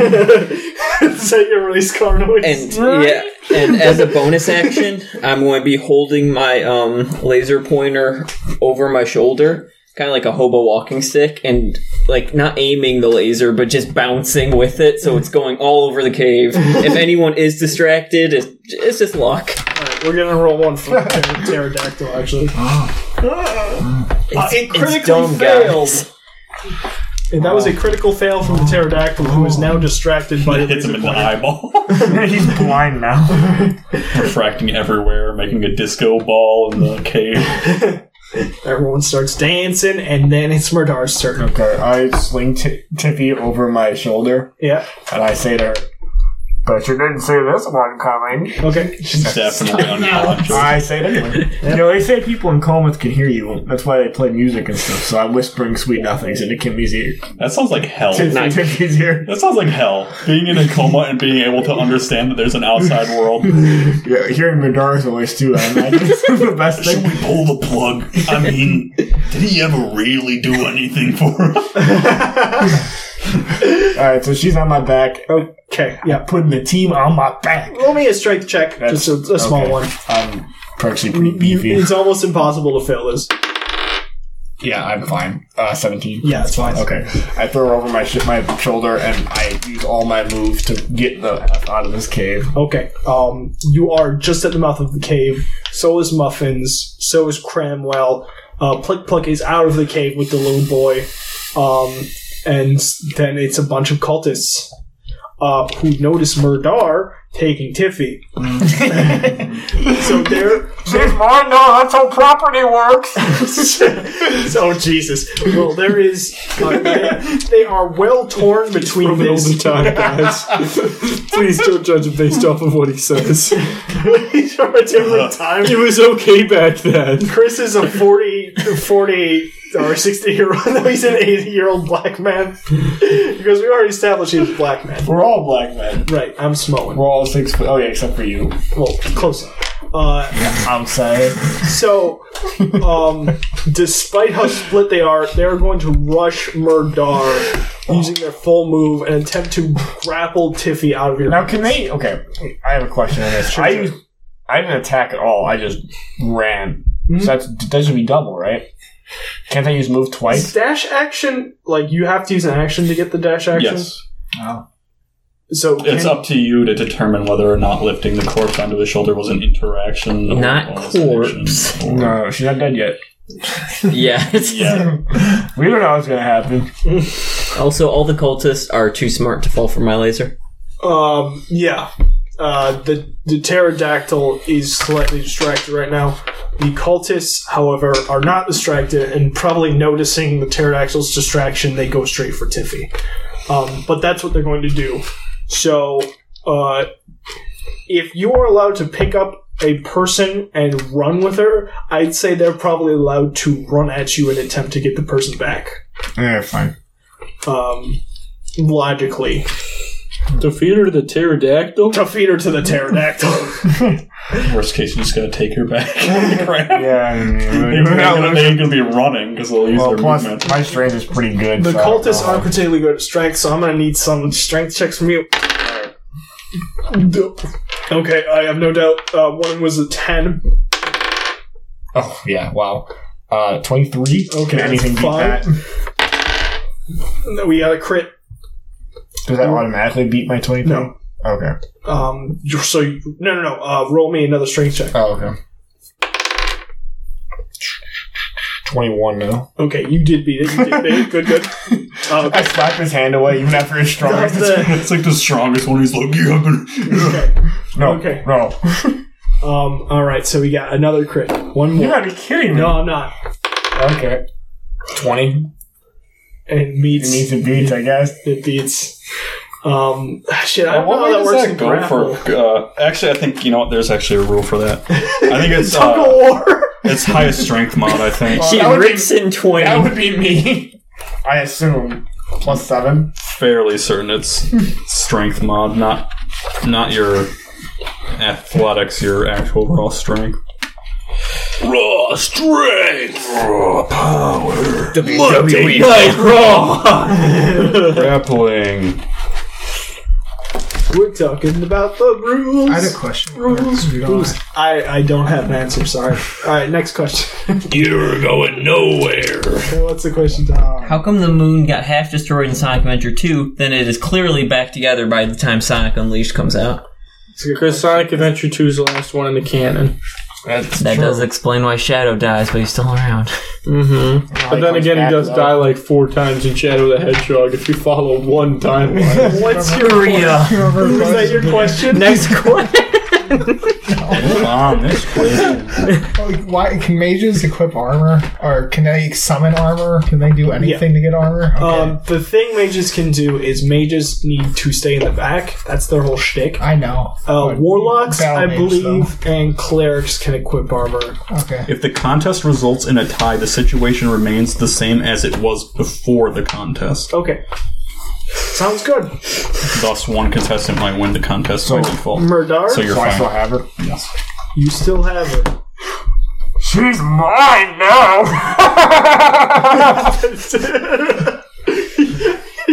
A: Is that your release card noise?
D: And yeah, and as a bonus action, I'm going to be holding my um, laser pointer over my shoulder, kind of like a hobo walking stick, and like not aiming the laser, but just bouncing with it, so it's going all over the cave. if anyone is distracted, it's, it's just luck.
A: We're gonna roll one (laughs) for pter- pterodactyl. Actually,
E: Uh,
D: It critically fails.
A: And that was a critical fail from the pterodactyl, who is now distracted (laughs) by the
I: Hits him
A: laser
I: in the
A: pointer.
I: eyeball,
A: He's blind now.
I: refracting everywhere, making a disco ball in the
D: (laughs)
I: cave.
A: Everyone starts dancing, and then it's Murdar's turn.
E: (laughs) Okay, I sling t- Tiffy over my shoulder.
A: Yeah.
E: And I say to her,
G: But you didn't see this one coming.
A: Okay.
I: She's definitely on
E: I say it anyway.
D: (laughs)
E: You know, they say people in comas can hear you. That's why they play music and stuff. So I'm whispering sweet nothings into Kimmy's ear.
I: That sounds like hell.
E: Tiff- Tiffy's ear.
I: That sounds like hell. Being in a coma and being able to understand that there's an outside world.
E: Yeah, hearing Madara's voice too, I imagine it's (laughs) the best thing.
A: (laughs)
M: Should we pull the plug? I mean, did he ever really do anything for us?
E: Alright, so she's on my back.
A: Okay, yeah.
E: Putting the team on my back.
A: Roll me a strength check, just a, a small
E: okay.
A: one.
E: I'm actually pretty
A: You-
E: beefy.
A: it's almost impossible to fail this.
E: Yeah, I'm fine. Uh, 17.
A: Yeah, it's fine.
E: Okay. I throw her over my sh- my shoulder and I use all my moves to get the F out of this cave.
A: Okay. Um, you are just at the mouth of the cave. So is Muffins. So is Cramwell. Uh, Pluck Pluck is out of the cave with the little boy. Um, and then it's a bunch of cultists uh, who notice Murdar taking Tiffy. so they're.
G: She's mine now. That's how property works.
A: (laughs) oh, Jesus. Well, there is. Uh, they, they are well torn between this.
C: the time, guys. Please don't judge him based off of what
A: (laughs)
C: he says.
A: These are a different time.
C: It was okay back then.
A: Chris is a 40, 40 or 60 year old. (laughs) No, he's an 80 year old black man. because we already established he's a black man.
E: We're all black men.
A: Right, I'm Samoan.
E: We're all six foot. Oh, yeah, except for you.
A: Well, close enough. Uh,
E: I'm sorry.
A: so, um, despite how split they are, they are going to rush Murdar using their full move and attempt to grapple Tiffy out of your.
E: Now, can they. Okay, I have a question on this. I, used, I didn't attack at all, I just ran. So that's, that should be double, right? Can't I use move
A: Is
E: twice?
A: dash action like you have to use an action to get the dash action?
I: Yes.
E: Oh.
A: So
I: It's
A: can-
I: up to you to determine whether or not lifting the corpse onto his shoulder was an interaction. Or
D: Not
I: bonus
D: corpse.
I: action or-
E: No, she's not dead yet.
D: (laughs)
E: (laughs)
D: Yeah.
I: Yeah.
E: We don't know what's going to happen.
D: Also, all the cultists are too smart to fall for my laser.
A: Um, yeah. Uh, the, the pterodactyl is slightly distracted right now. The cultists, however, are not distracted and probably noticing the pterodactyl's distraction, they go straight for Tiffy. Um, but that's what they're going to do. So, uh, if you are allowed to pick up a person and run with her, I'd say they're probably allowed to run at you and attempt to get the person back.
E: Yeah, fine.
A: Um, logically.
C: To feed her to the pterodactyl?
A: To feed her to the pterodactyl.
I: Worst case, you just gotta take
E: (laughs)
I: her back. (laughs) Crap.
E: Yeah, I mean,
I: They're gonna, they ain't gonna be running because they'll use
E: Well,
I: their
E: plus,
I: movement.
E: my strength is pretty
A: (laughs)
E: good.
A: The
E: so I don't
A: cultists
E: know.
A: aren't particularly good at strength, so I'm gonna need some strength checks from you. Okay, I have no doubt. Uh, one was a ten.
E: Oh yeah! Wow. Uh, twenty three.
A: Okay,
E: Can anything
A: that's
E: beat
A: fine.
E: that?
A: No, we got a crit.
E: Does that automatically beat my twenty three?
A: No.
E: Okay.
A: Um, you're- so you, no, no, no. Uh, roll me another strength check.
E: Oh, okay. Twenty one now.
A: Okay, you did beat it. You did beat it. Good, (laughs) good. Uh,
E: I slap his hand away even after his strongest.
A: the-
M: It's like the strongest one. He's like, yeah, I'm gonna-
A: okay.
E: no,
A: okay.
E: no.
A: Um, all right, so we got another crit. One
E: You
A: more.
E: gotta be kidding me.
A: No, I'm not.
E: Okay. Twenty.
A: And
E: It
A: meets.
E: needs a beat, I guess.
A: It beats. Um, (sighs) shit. I don't
I: Well,
A: know
I: what way
A: how that
I: does
A: works
I: that
A: in
I: go
A: grapple.
I: for? Uh, actually, I think you know what. There's actually a rule for that. I
E: (laughs)
I: think it's
A: Tug
I: uh,
A: of war.
I: it's highest strength mod. I think
D: She
E: that would be-
D: rips in 20.
E: That would be me. I assume plus seven.
I: fairly certain it's strength mod, not not your athletics, your actual raw strength.
M: raw strength, raw power. E
D: WWE.
M: (laughs)
I: Grappling.
A: We're talking about the rules.
L: I had a question.
A: Rules, rules. I, I don't have an answer, sorry. Alright, next question. (laughs)
M: You're going nowhere.
A: Okay, What's the question, Tom?
L: Uh,
D: How come the moon got half destroyed in Sonic Adventure 2, then it is clearly back together by the time Sonic Unleashed comes out?
C: (laughs) Because Sonic Adventure 2 is the last one in the canon. That's
N: That does explain why Shadow dies, but he's still (laughs) around.
C: Mm-hmm. But then
N: comes
C: again, he
N: back,
C: does
N: though.
C: die like four times in Shadow the Hedgehog if you follow one timeline.
A: What's your
C: Korea.
A: Was that your question?
N: Next
A: question.
E: on, this
O: Like, (laughs) why can mages equip armor, or can they summon armor? Can they do anything to get armor?
A: Um, the thing mages can do is mages need to stay in the back. That's their whole shtick. I know. Uh, warlocks,
O: battle
A: I
O: mage,
A: believe, and clerics can equip armor.
O: Okay.
I: If the contest results in a tie, the situation remains the same as it was before the contest.
A: Okay. Sounds good.
I: Thus, one contestant might win the contest by default.
A: Murdar?
I: So you're
A: So I
I: fine.
A: still
I: have her. Yes.
A: You still have her.
G: She's mine now.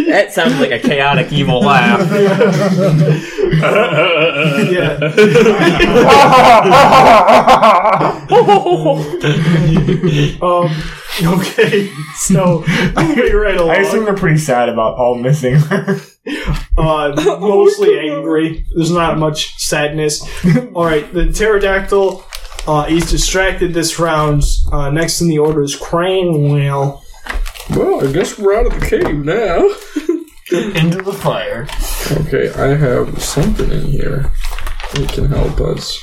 N: That sounds like a chaotic evil laugh. (laughs)
A: (laughs) um, okay, so moving right along.
E: I assume they're pretty sad about all missing (laughs) her.
A: uh, mostly angry. There's not much sadness. All right, the pterodactyl. Uh, he's distracted this round. Uh, next in the order is Crane Whale.
C: (laughs) Well, I guess we're out of the cave now. (laughs)
E: Into the fire.
C: Okay, I have something in here that can help us.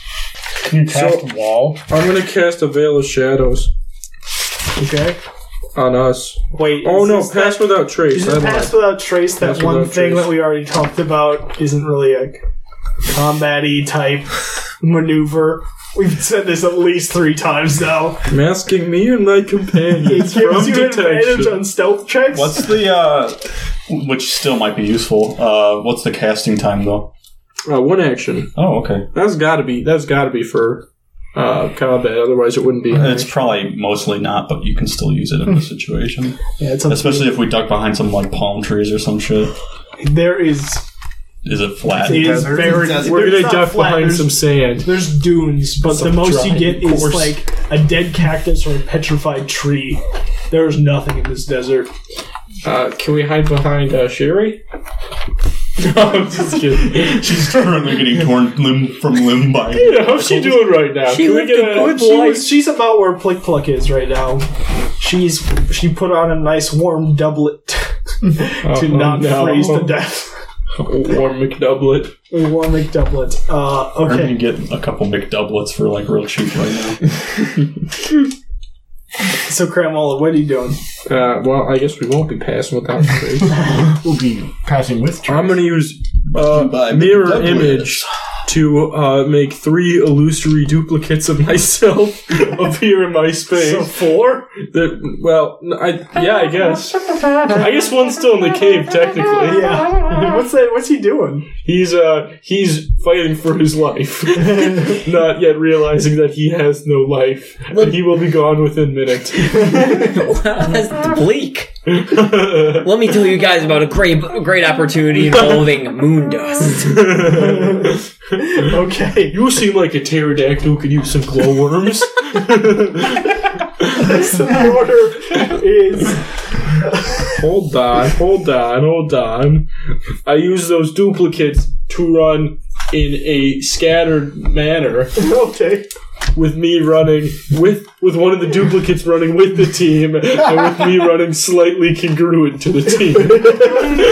E: Can you cast wall?
C: I'm gonna cast a veil of shadows.
A: Okay.
C: On us.
A: Wait.
C: Oh
A: is
C: no,
A: this
C: pass without
A: Is
C: trace.
A: it
C: I lied.
A: Pass Without Trace, that
C: Pass
A: one
C: Without
A: thing
C: Trace.
A: that we already talked about, isn't really a combat y type maneuver? We've said this at least three times now.
C: Masking me and my
A: (laughs)
C: companions
A: It
C: from
A: gives you an advantage
C: detection.
A: on stealth checks.
I: What's the uh which still might be useful. Uh what's the casting time though?
C: Uh, one action.
I: Oh, okay.
C: That's gotta be. That's gotta be for uh, combat. Otherwise, it wouldn't be.
I: It's probably mostly not, but you can still use it in a situation.
A: Hmm. Yeah, it's up to
I: Especially if we duck behind some like palm trees or some shit.
A: There is.
I: Is it flat?
A: It is very.
C: We're
A: there's
C: gonna
A: not
C: duck
A: flat,
C: behind
A: there's-
C: some sand.
A: There's dunes, but
C: Some
A: the most you
C: dry
A: get is
C: course.
A: like a dead cactus or a petrified tree. There's nothing in this desert.
C: Uh, can we hide behind uh, Sherry? (laughs) no, I'm
I: (laughs)
C: just kidding.
I: She's currently getting torn limb from
A: (laughs)
I: limb by.
C: Yeah, how's she doing right now?
A: She
C: Can we
A: lived
C: get
A: a good
C: she
A: life.
C: was-
A: she's about where Plick Pluck is right now. She's she put on a nice warm doublet (laughs) to
C: Oh,
A: not
C: no.
A: freeze to death.
C: Warm McDoublet.
A: A warm doublet. Uh,
I: Or
A: okay.
I: you can get a couple McDoublets for like real cheap right now.
A: So Cramola, what are you (laughs) doing?
C: Uh, well, I guess we won't be passing without trace.
E: We'll be passing with
C: (laughs) I'm going to use (laughs) uh, mirror image to uh, make three illusory duplicates of (laughs) myself appear in my space. So
A: four?
C: That, well, n- I, yeah, I guess. I guess one's still in the cave, technically.
A: Yeah. What's that? What's he doing?
C: He's uh he's fighting for his life, (laughs) not yet realizing that he has no life. and he will be gone within minutes. (laughs)
N: That's bleak. Let me tell you guys about a great, great opportunity involving moon dust.
A: (laughs) okay.
C: You seem like a pterodactyl who could use some glowworms. (laughs)
A: Next in the order is
C: hold on, hold on, hold on. I use those duplicates to run in a scattered manner.
A: Okay.
C: With me running with with one of the duplicates running with the team, and with me running slightly congruent to the team. (laughs)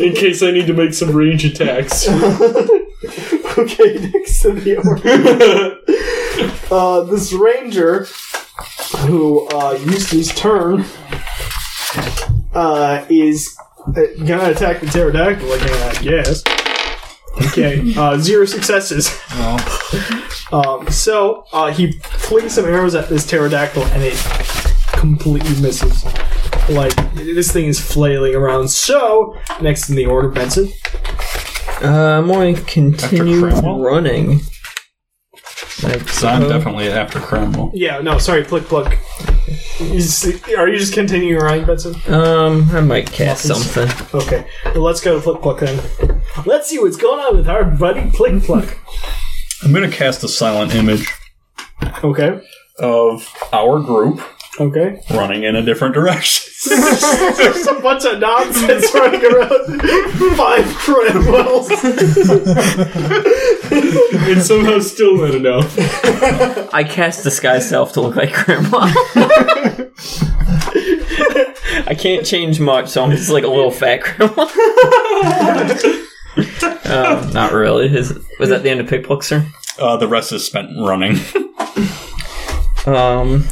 C: in case I need to make some range attacks.
A: okay. (laughs) Next in the order, uh, this ranger who uh, used his turn uh, is uh, gonna attack the pterodactyl again, I guess. Okay, uh, zero successes. (laughs) Um, so uh, he flings some arrows at this pterodactyl, and it completely misses. Like this thing is flailing around. So next in the order, Benson.
N: Uh, I'm going to continue running.
I: So I'm
C: Uh-huh.
I: definitely after Cramwell.
A: Yeah, no, sorry, Plick Pluck. Is, are you just continuing running, Benson?
N: Um, I might cast
A: Nothing's-
N: something.
A: Okay, well, let's go to Plick Pluck then. Let's see what's going on with our buddy Plick Pluck.
I: I'm gonna cast a silent image
A: Okay.
I: of our group.
A: Okay.
I: running in a different direction. (laughs)
A: There's a bunch of (laughs) nonsense running around. Five Cranwells.
C: it's somehow still not enough.
N: I cast disguise self to look like grandma.
D: (laughs) I can't change much, so I'm just like a little fat grandma.
N: um, not really. Is, was that the end of Pickpock's turn?
I: Uh, the rest is spent running.
D: Um,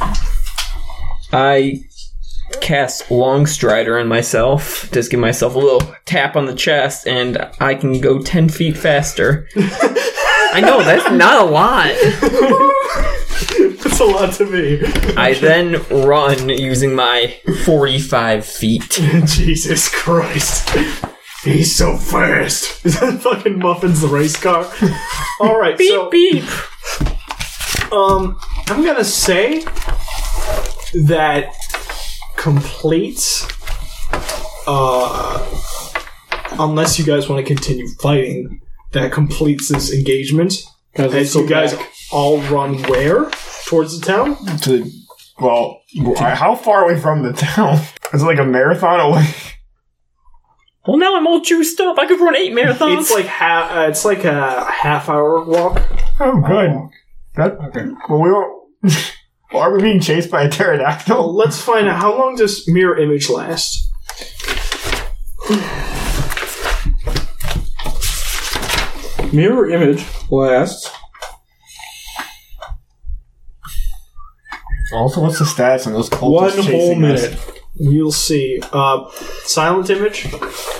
D: I cast long strider on myself. Just give myself a little tap on the chest, and I can go ten feet faster. I know that's not a lot.
A: That's a lot to me.
D: I then run using my forty-five feet.
A: Jesus Christ.
D: He's so
A: fast. (laughs) Is that fucking Muffins the race car? All right.
F: Beep,
A: so, beep. Um, I'm gonna say that complete. Uh, unless you guys want to continue fighting, that completes this engagement.
E: Guys, let's
A: As you
E: go
A: guys
E: back.
A: all run where towards the town?
E: To the, well, how far away from the town? (laughs) Is it like a marathon away? (laughs)
N: Well, now I'm all juiced up. I could run eight marathons.
A: It's like half. Uh, it's like a half hour walk.
E: Oh, good. That well, we were. (laughs) Well, are we being chased by a pterodactyl?
A: let's find out how long does mirror image last.
C: Mirror image lasts.
E: Also, what's the stats on those cultists
A: One
E: chasing
A: whole
E: us?
A: minute. You'll see. Uh, silent image.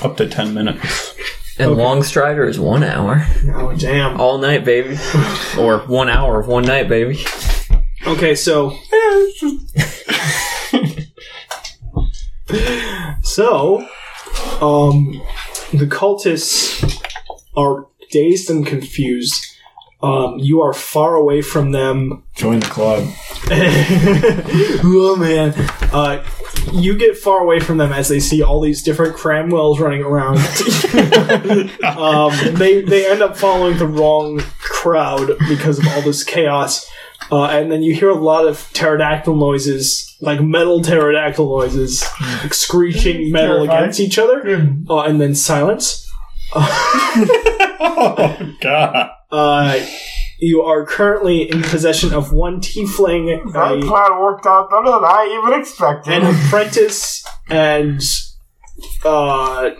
I: Up to ten minutes.
D: And long strider is one hour.
A: Oh damn!
D: All night,
N: (laughs)
D: baby, or one hour of one night, baby.
A: Okay, so. so, um, the cultists are dazed and confused. Um, you are far away from them.
E: Join the club.
A: (laughs) oh man! Uh, you get far away from them as they see all these different Cramwells running around. um, they they end up following the wrong crowd because of all this chaos, uh, and then you hear a lot of pterodactyl noises, like metal pterodactyl noises, like screeching metal
E: Terrifying.
A: against each other, uh, and then silence.
I: oh (laughs) God!
A: Uh, you are currently in possession of one tiefling,
G: That
A: a-
G: plan worked out better than I even expected.
A: an apprentice and uh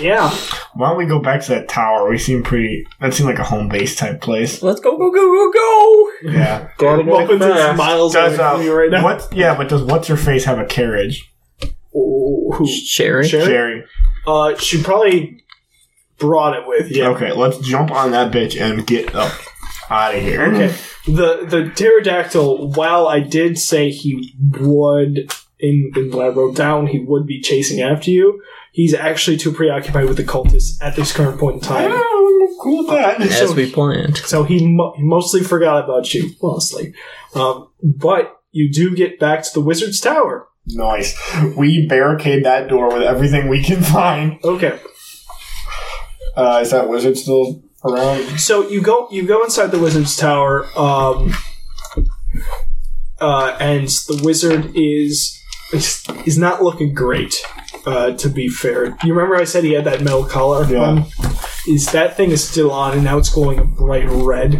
A: yeah
E: Why don't we go back to that tower? We seem pretty. That seemed like a home base type place.
D: Let's go, go, go, go, go!
E: (laughs) Yeah.
A: Gotta walk Muffins is fast. miles
E: does,
A: away
E: uh,
A: from you right now.
E: What, yeah, but does what's your face have a carriage?
A: who
D: Sherry?
E: Sherry.
A: uh she probably brought it with you
E: Okay, let's jump on that bitch and get up out of here.
A: okay the the pterodactyl while i did say he would in in what i wrote down he would be chasing after you he's actually too preoccupied with the cultists at this current point in time
E: (laughs) cool that
D: As we planned.
A: So he mo- mostly forgot about you, honestly. Um, but you do get back to the wizard's tower.
E: Nice. We barricade that door with everything we can find.
A: Okay.
E: Uh, is that wizard still around?
A: So you go you go inside the wizard's tower, um, uh, and the wizard is is is not looking great. Uh, to be fair, you remember I said he had that metal collar.
E: Yeah.
A: on? Is that thing is still on, and now it's glowing a bright red.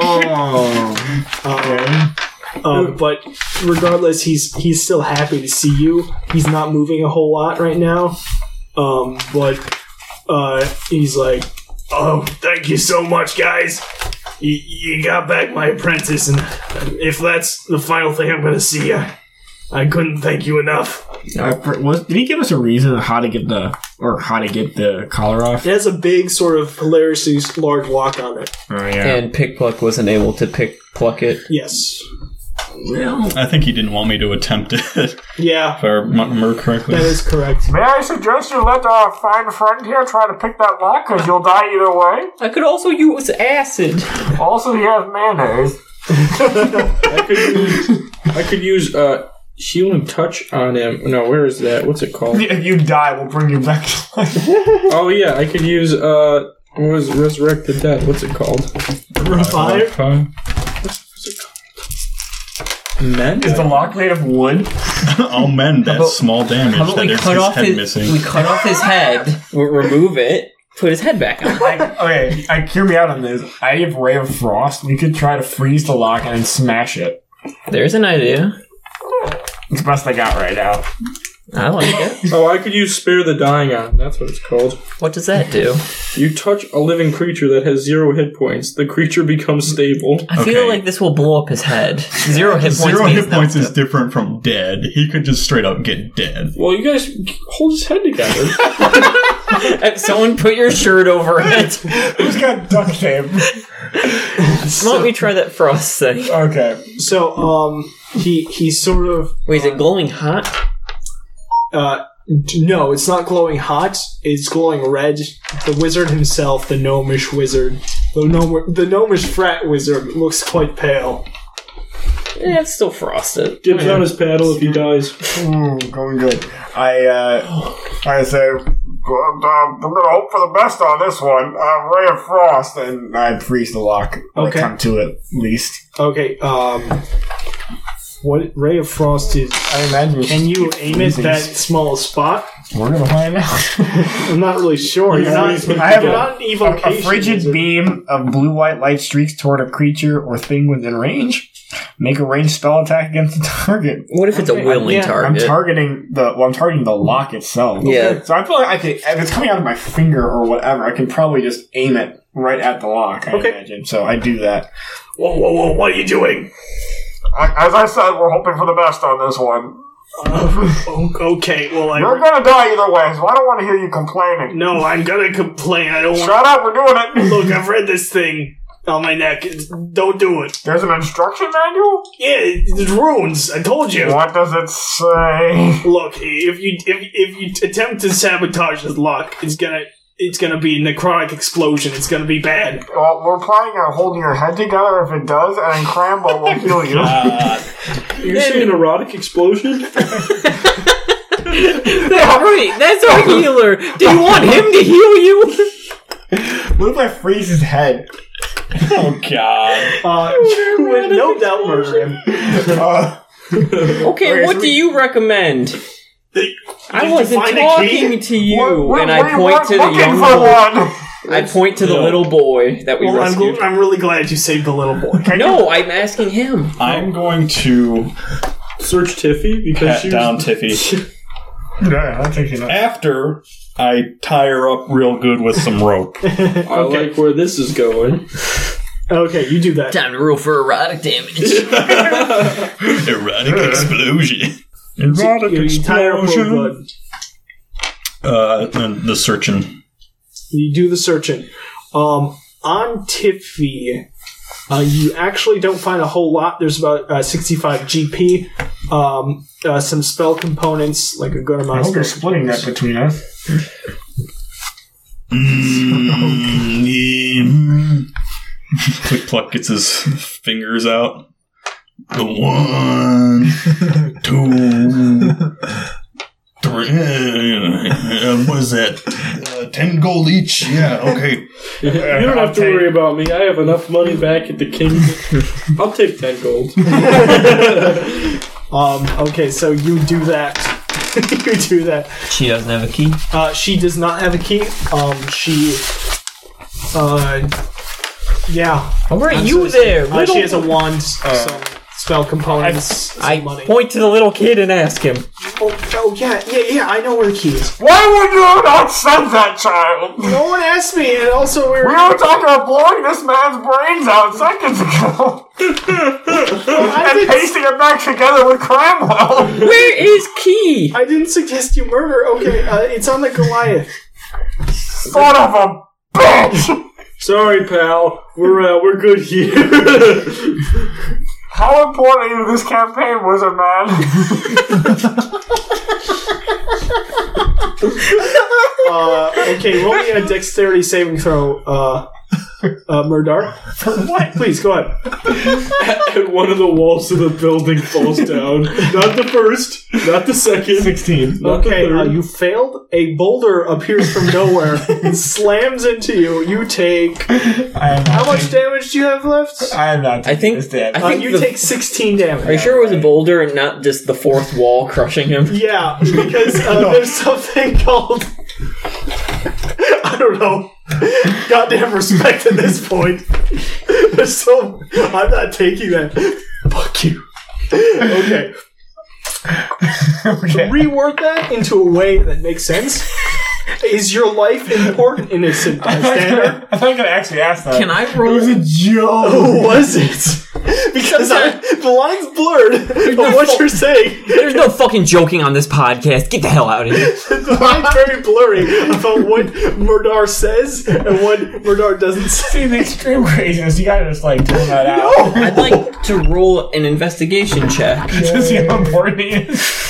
E: Oh.
A: Um, um, but regardless, he's he's still happy to see you. He's not moving a whole lot right now, um, but uh, he's like,
H: Oh, thank you so much, guys. You, you got back my apprentice, and if that's the final thing I'm gonna see, I, I couldn't thank you enough.
E: Uh, for- was, did he give us a reason on how to get the or how to get the collar off?
A: it has a big sort of hilariously large lock on it.
E: Oh yeah.
D: And Pickpluck wasn't able to pick pluck it.
A: Yes.
I: I think he didn't want me to attempt it. (laughs) If
A: Yeah,
I: I remember correctly.
A: that is correct.
G: May I suggest you let our fine friend here try to pick that lock, because you'll die either way?
N: I could also use acid.
G: Also, he has mayonnaise.
C: I could use, I could use uh, healing touch on him. No, where is that? What's it called?
E: If you die, we'll bring you back to life.
C: (laughs) oh yeah, I could use uh, what was resurrect the dead? What's it called?
A: Revive?
C: Revive?
I: Men?
E: Is the lock made of wood?
I: I'll mend that small damage
D: How about
I: that
D: we
I: is
D: cut
I: his
D: off
I: head
D: his
I: missing.
D: we cut off his (laughs) head, we remove it, put his head back (laughs) on.
E: I, okay, I hear me out on this. I have Ray of Frost. We could try to freeze the lock and then smash it.
D: There's an idea.
E: It's the best I got right now.
D: I like it.
C: oh, I could use Spare the Dying on. That's what it's called.
D: What does that do?
C: You touch a living creature that has zero hit points. The creature (laughs) becomes stable.
D: I feel like this will blow up his
I: (laughs)
D: head. Zero hit points.
I: Zero
D: means
I: hit points is different from dead. He could just straight up get dead.
C: Well, you guys hold his head together. (laughs)
D: If Someone put your shirt over it.
E: Who's got duct tape?
D: Why don't we try that frost thing?
E: Okay.
A: So, um, he he sort of.
D: Wait, is it glowing hot?
A: Uh, d- no, it's not glowing hot. It's glowing red. The wizard himself, the gnomish wizard, the gnome, the gnomish frat wizard, looks quite pale.
D: Yeah, it's still frosted.
C: Dibs on his paddle if he dies.
E: going good. I, uh, I say,
G: Well, uh, I'm gonna hope for the best on this one. Uh, Ray of Frost and
E: and I freeze the lock. Or
A: Okay.
E: okay. Come to it, at least.
A: Okay, um. What ray of frost is?
E: I imagine.
A: Can you aim it that small spot?
E: We're gonna find out.
A: I'm not really sure. You're not.
E: I have
A: you're
E: a-
A: not an
E: a, (laughs) a
A: evocation.
E: frigid beam of blue-white light streaks toward a creature or thing within range. Make a ranged spell attack against the target.
D: What if it's a willing target?
E: I'm targeting the well. I'm targeting the lock itself.
D: Yeah.
E: So I feel like I could if it's coming out of my finger or whatever, I can probably just aim it right at the lock. I imagine. So I do that.
G: Whoa, whoa, whoa, what are you doing? I, as I said, we're hoping for the best on this one.
A: Um, okay, well, I.
G: You're gonna die either way, so I don't want to hear you complaining.
A: No, I'm gonna complain. I don't want.
G: Shut up, we're doing it!
A: Look, I've read this thing on my neck. It's, don't do it.
G: There's an instruction manual?
A: Yeah, it- it's runes. I told you.
G: What does it say?
A: Look, if you if, if you attempt to sabotage this lock, it's gonna it's gonna be a necrotic explosion. It's gonna be bad.
G: Well, we're planning on holding your head together if it does, and Crambo
C: (laughs)
G: will heal you.
C: You see an
D: (laughs)
C: erotic explosion?
D: That's right. That's our healer. Do you want him to heal you?
E: What if I freeze his head?
I: Oh god.
A: Uh, you would no doubt murder him.
E: Uh,
D: Okay,
A: Where's
D: what do you recommend? I
A: you
D: wasn't
A: find a key?
D: talking to you,
A: we're-
D: and
A: we
D: I point
A: weren't
D: to the
A: looking
D: young
A: for
D: boy. I point to the
A: No.
D: little boy that we
A: Well, Oh, I'm,
D: rescued.
A: gl- I'm really glad you saved the little boy.
D: no, I'm asking him.
I: I'm going to
C: search Tiffy
I: pat
C: because she was-
I: down
D: (laughs)
I: Tiffy.
E: yeah, that takes enough.
I: After I tie her up real good with some rope.
D: (laughs)
C: I like where this
E: (laughs)
C: is going.
A: Okay, you do that.
D: Time to roll for erotic damage.
I: Erotic explosion.
A: Erotic You entire
I: explosion.
A: blood.
I: Uh, and the searching.
A: You do the searching. Um, on Tiffy, uh, you actually don't find a whole lot. There's about uh, 65 GP, um, uh, some spell components, like a good amount
E: I
A: of
E: hope
A: spell
E: you're splitting that
A: components.
E: between us.
I: Mm, yeah. Click Pluck gets his fingers out. The one, two, three. Uh, what is that? Uh, Ten gold each. Yeah. Okay.
C: you don't have to worry about me. I have enough money back at the king. I'll take ten gold.
A: Um, okay, so you do that. (laughs) you do that.
D: She doesn't have a key.
A: Uh, she does not have a key. Um, she. Uh, yeah.
D: All right,
A: I'm
D: you
A: so sorry.
D: there,
A: Uh, she
D: little-
A: has a wand, some spell components, some
D: I
A: money.
D: point to the little kid and ask him.
A: Oh, oh, yeah, yeah, yeah. I know where the key is.
G: Why would you not send that
A: (laughs)
G: child?
A: No one asked me, and also we're.
G: We were talking about blowing this man's brains out seconds ago. (laughs) and pasting it back together with Cramwell.
D: Where is Key?
A: I didn't suggest you murder. Okay, uh, it's on the Goliath.
G: (laughs) Son of a bitch!
C: Sorry, pal. We're uh, we're good here. (laughs)
G: How important is this campaign, Wizard Man?
A: Uh, okay, roll me a dexterity saving throw. Uh, Uh, Murdar? what? Please, go on.
C: and one of the walls of the building falls down. Not the first, not the second.
A: 16.
C: Not the
A: Okay,
C: third.
A: uh, you failed. A boulder appears from nowhere (laughs) and slams into you. You take. How much damage do you have left?
E: I am not.
D: I think. I
A: Uh,
D: think
A: you
D: the-
A: take 16 damage.
D: Are you sure it was a boulder and not just the fourth wall crushing (laughs) him?
A: Yeah, because uh, there's something called. I don't know. Goddamn respect at this point. There's so. I'm not taking that. Fuck you. Okay. Rework that into a way that makes sense. Is your life important, innocent bystander?
E: I thought you were gonna actually ask that.
A: Can I
E: roll? It was a joke.
A: Oh, (laughs) was it? Because I, the line's blurred of what you're saying.
N: There's no fucking joking on this podcast. Get the hell out of here.
A: the line's very blurry about what Murdar says and what Murdar doesn't say.
E: The extreme craziness. You gotta just like pull that out.
D: I'd like to roll an investigation check.
E: to see how important he is.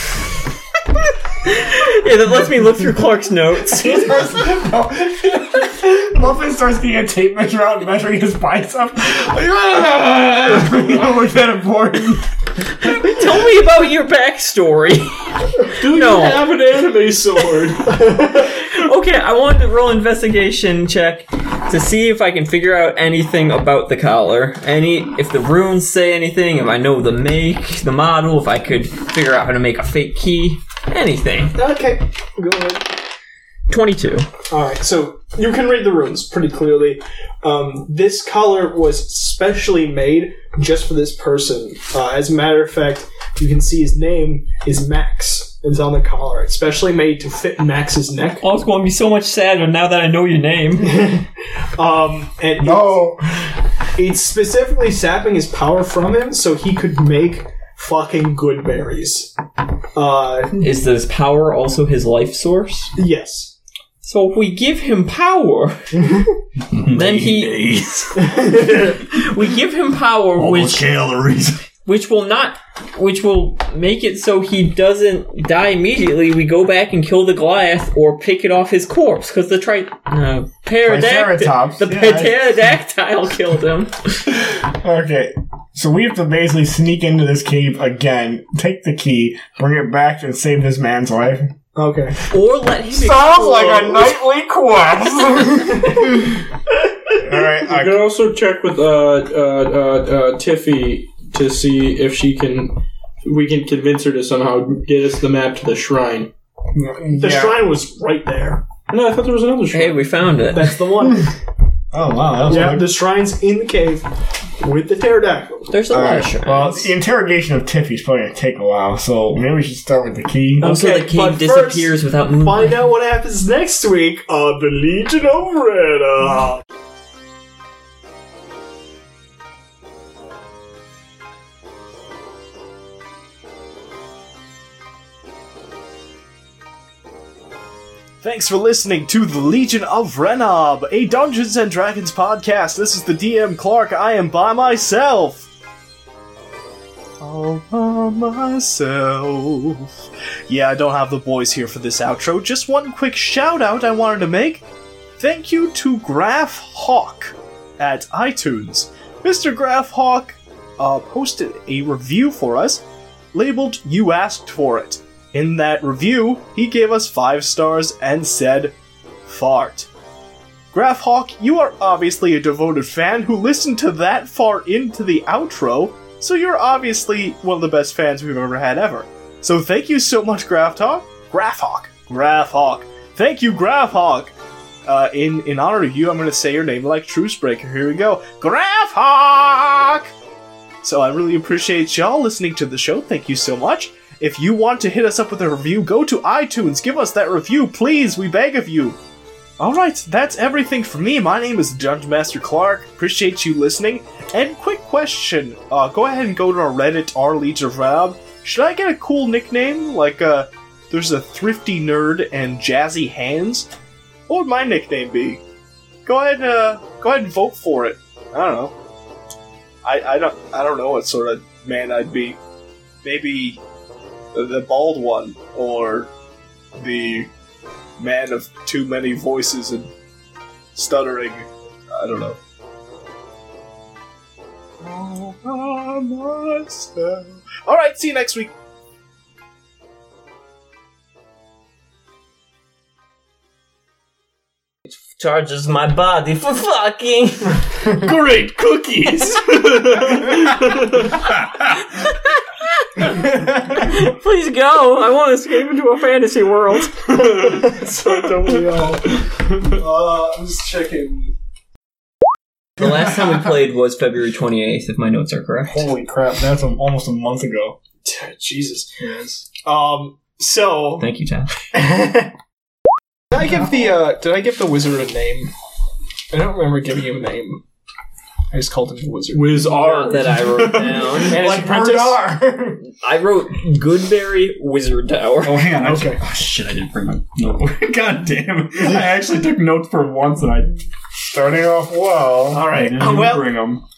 D: Yeah, that lets me look through Clark's notes.
E: He starts- (laughs) Muffin starts getting a tape measure out and measuring his (laughs) bicep. you don't look that important.
D: Tell me about your backstory.
C: Do you
D: No.
C: have an anime sword?
D: okay, I wanted to roll investigation check to see if I can figure out anything about the collar. Any if the runes say anything, if I know the make, the model, if I could figure out how to make a fake key, anything.
A: (laughs) Okay, go ahead.
D: 22.
A: All right, so you can read the runes pretty clearly. Um, this collar was specially made just for this person. Uh, as a matter of fact, you can see his name is Max. It's on the collar. It's specially made to fit Max's neck.
D: Oh, it's going to be so much sadder now that I know your name.
A: Um, and no, it's specifically sapping his power from him so he could make fucking good berries. Uh,
D: Is this power also his life source?
A: Yes.
D: So if we give him power, then he. (laughs) we give him power, which
M: calories.
D: which will not, which will make it so he doesn't die immediately. We go back and kill the Goliath or pick it off his corpse because the tri uh, pterodactyl
E: Triceratops,
D: the
E: yeah. (laughs)
D: pterodactyl killed him.
E: Okay, so we have to basically sneak into this cave again, take the key, bring it back, and save this man's life.
A: Okay.
D: Or let him.
G: Sounds like a
E: explode. (laughs)
G: nightly quest.
C: You can also check with uh, uh, uh, uh, Tiffy to see if she can. We can convince her to somehow get us the map to the shrine.
A: the shrine was right there.
C: No, I thought there was another shrine.
D: Hey, we found it.
A: That's the one.
E: Oh wow! That was
A: yeah,
E: weird.
A: the shrine's in the cave with the pterodactyls.
D: There's
E: All right, Well, the interrogation of Tiffy's probably gonna take a while, so maybe we should start with the key.
D: Oh.
A: but first,
D: Mm.
A: Find out what happens next week on the Legion of Red. Up.
J: Thanks for listening to the Legion of Renob, a Dungeons and Dragons podcast. This is the DM Clark. I am by myself. All by myself. Yeah, I don't have the boys here for this outro. Just one quick shout out I wanted to make. Thank you to Graph Hawk at iTunes. Mr. Graph Hawk uh, posted a review for us labeled You Asked For It. In that review, he gave us five stars and said, Fart. Graph Hawk, you are obviously a devoted fan who listened to that far into the outro, so you're obviously one of the best fans we've ever had ever. So thank you so much, Graph Hawk. Graph Hawk. Graph Hawk. Thank you, Graph Hawk. Uh, in in honor of you, I'm gonna say your name like Truce Breaker. Here we go, Graph Hawk. So I really appreciate y'all listening to the show. Thank you so much. If you want to hit us up with a review, go to iTunes. Give us that review, please. We beg of you. All right, that's everything for me. My name is Dungeon Master Clark. Appreciate you listening. And quick question: uh, Go ahead and go to our Reddit, our Legion of Rob. Should I get a cool nickname like uh, there's a thrifty nerd and jazzy hands? What would my nickname be? Go ahead, and, uh, go ahead and vote for it. I don't know. I, I don't I don't know what sort of man I'd be. Maybe the bald one or the man of too many voices and stuttering. I don't know. Ah, All right, see you next week.
N: Charges my body for fucking.
H: (laughs) Great cookies!
F: (laughs) Please go. I want to escape into a fantasy world.
A: so don't we all? Uh, I'm just checking.
D: The last time we played was February 28th, if my notes are correct.
E: Holy crap, that's a, almost a month ago.
A: Jesus. Um. So
D: Thank you, Tom.
A: did I give the uh, did I give the wizard a name? I don't remember giving him a name. I just called him the wizard.
C: Wiz R
D: that I wrote
H: (laughs)
D: down.
A: And his
D: Like
A: apprentice-
D: I wrote Goodberry Wizard Tower.
I: Oh, hang on. I
A: okay.
I: oh, shit, I didn't bring my notebook. (laughs) God damn it. I actually took notes for once and I.
E: Starting off well.
A: All right.
I: I didn't
A: well,
I: bring them.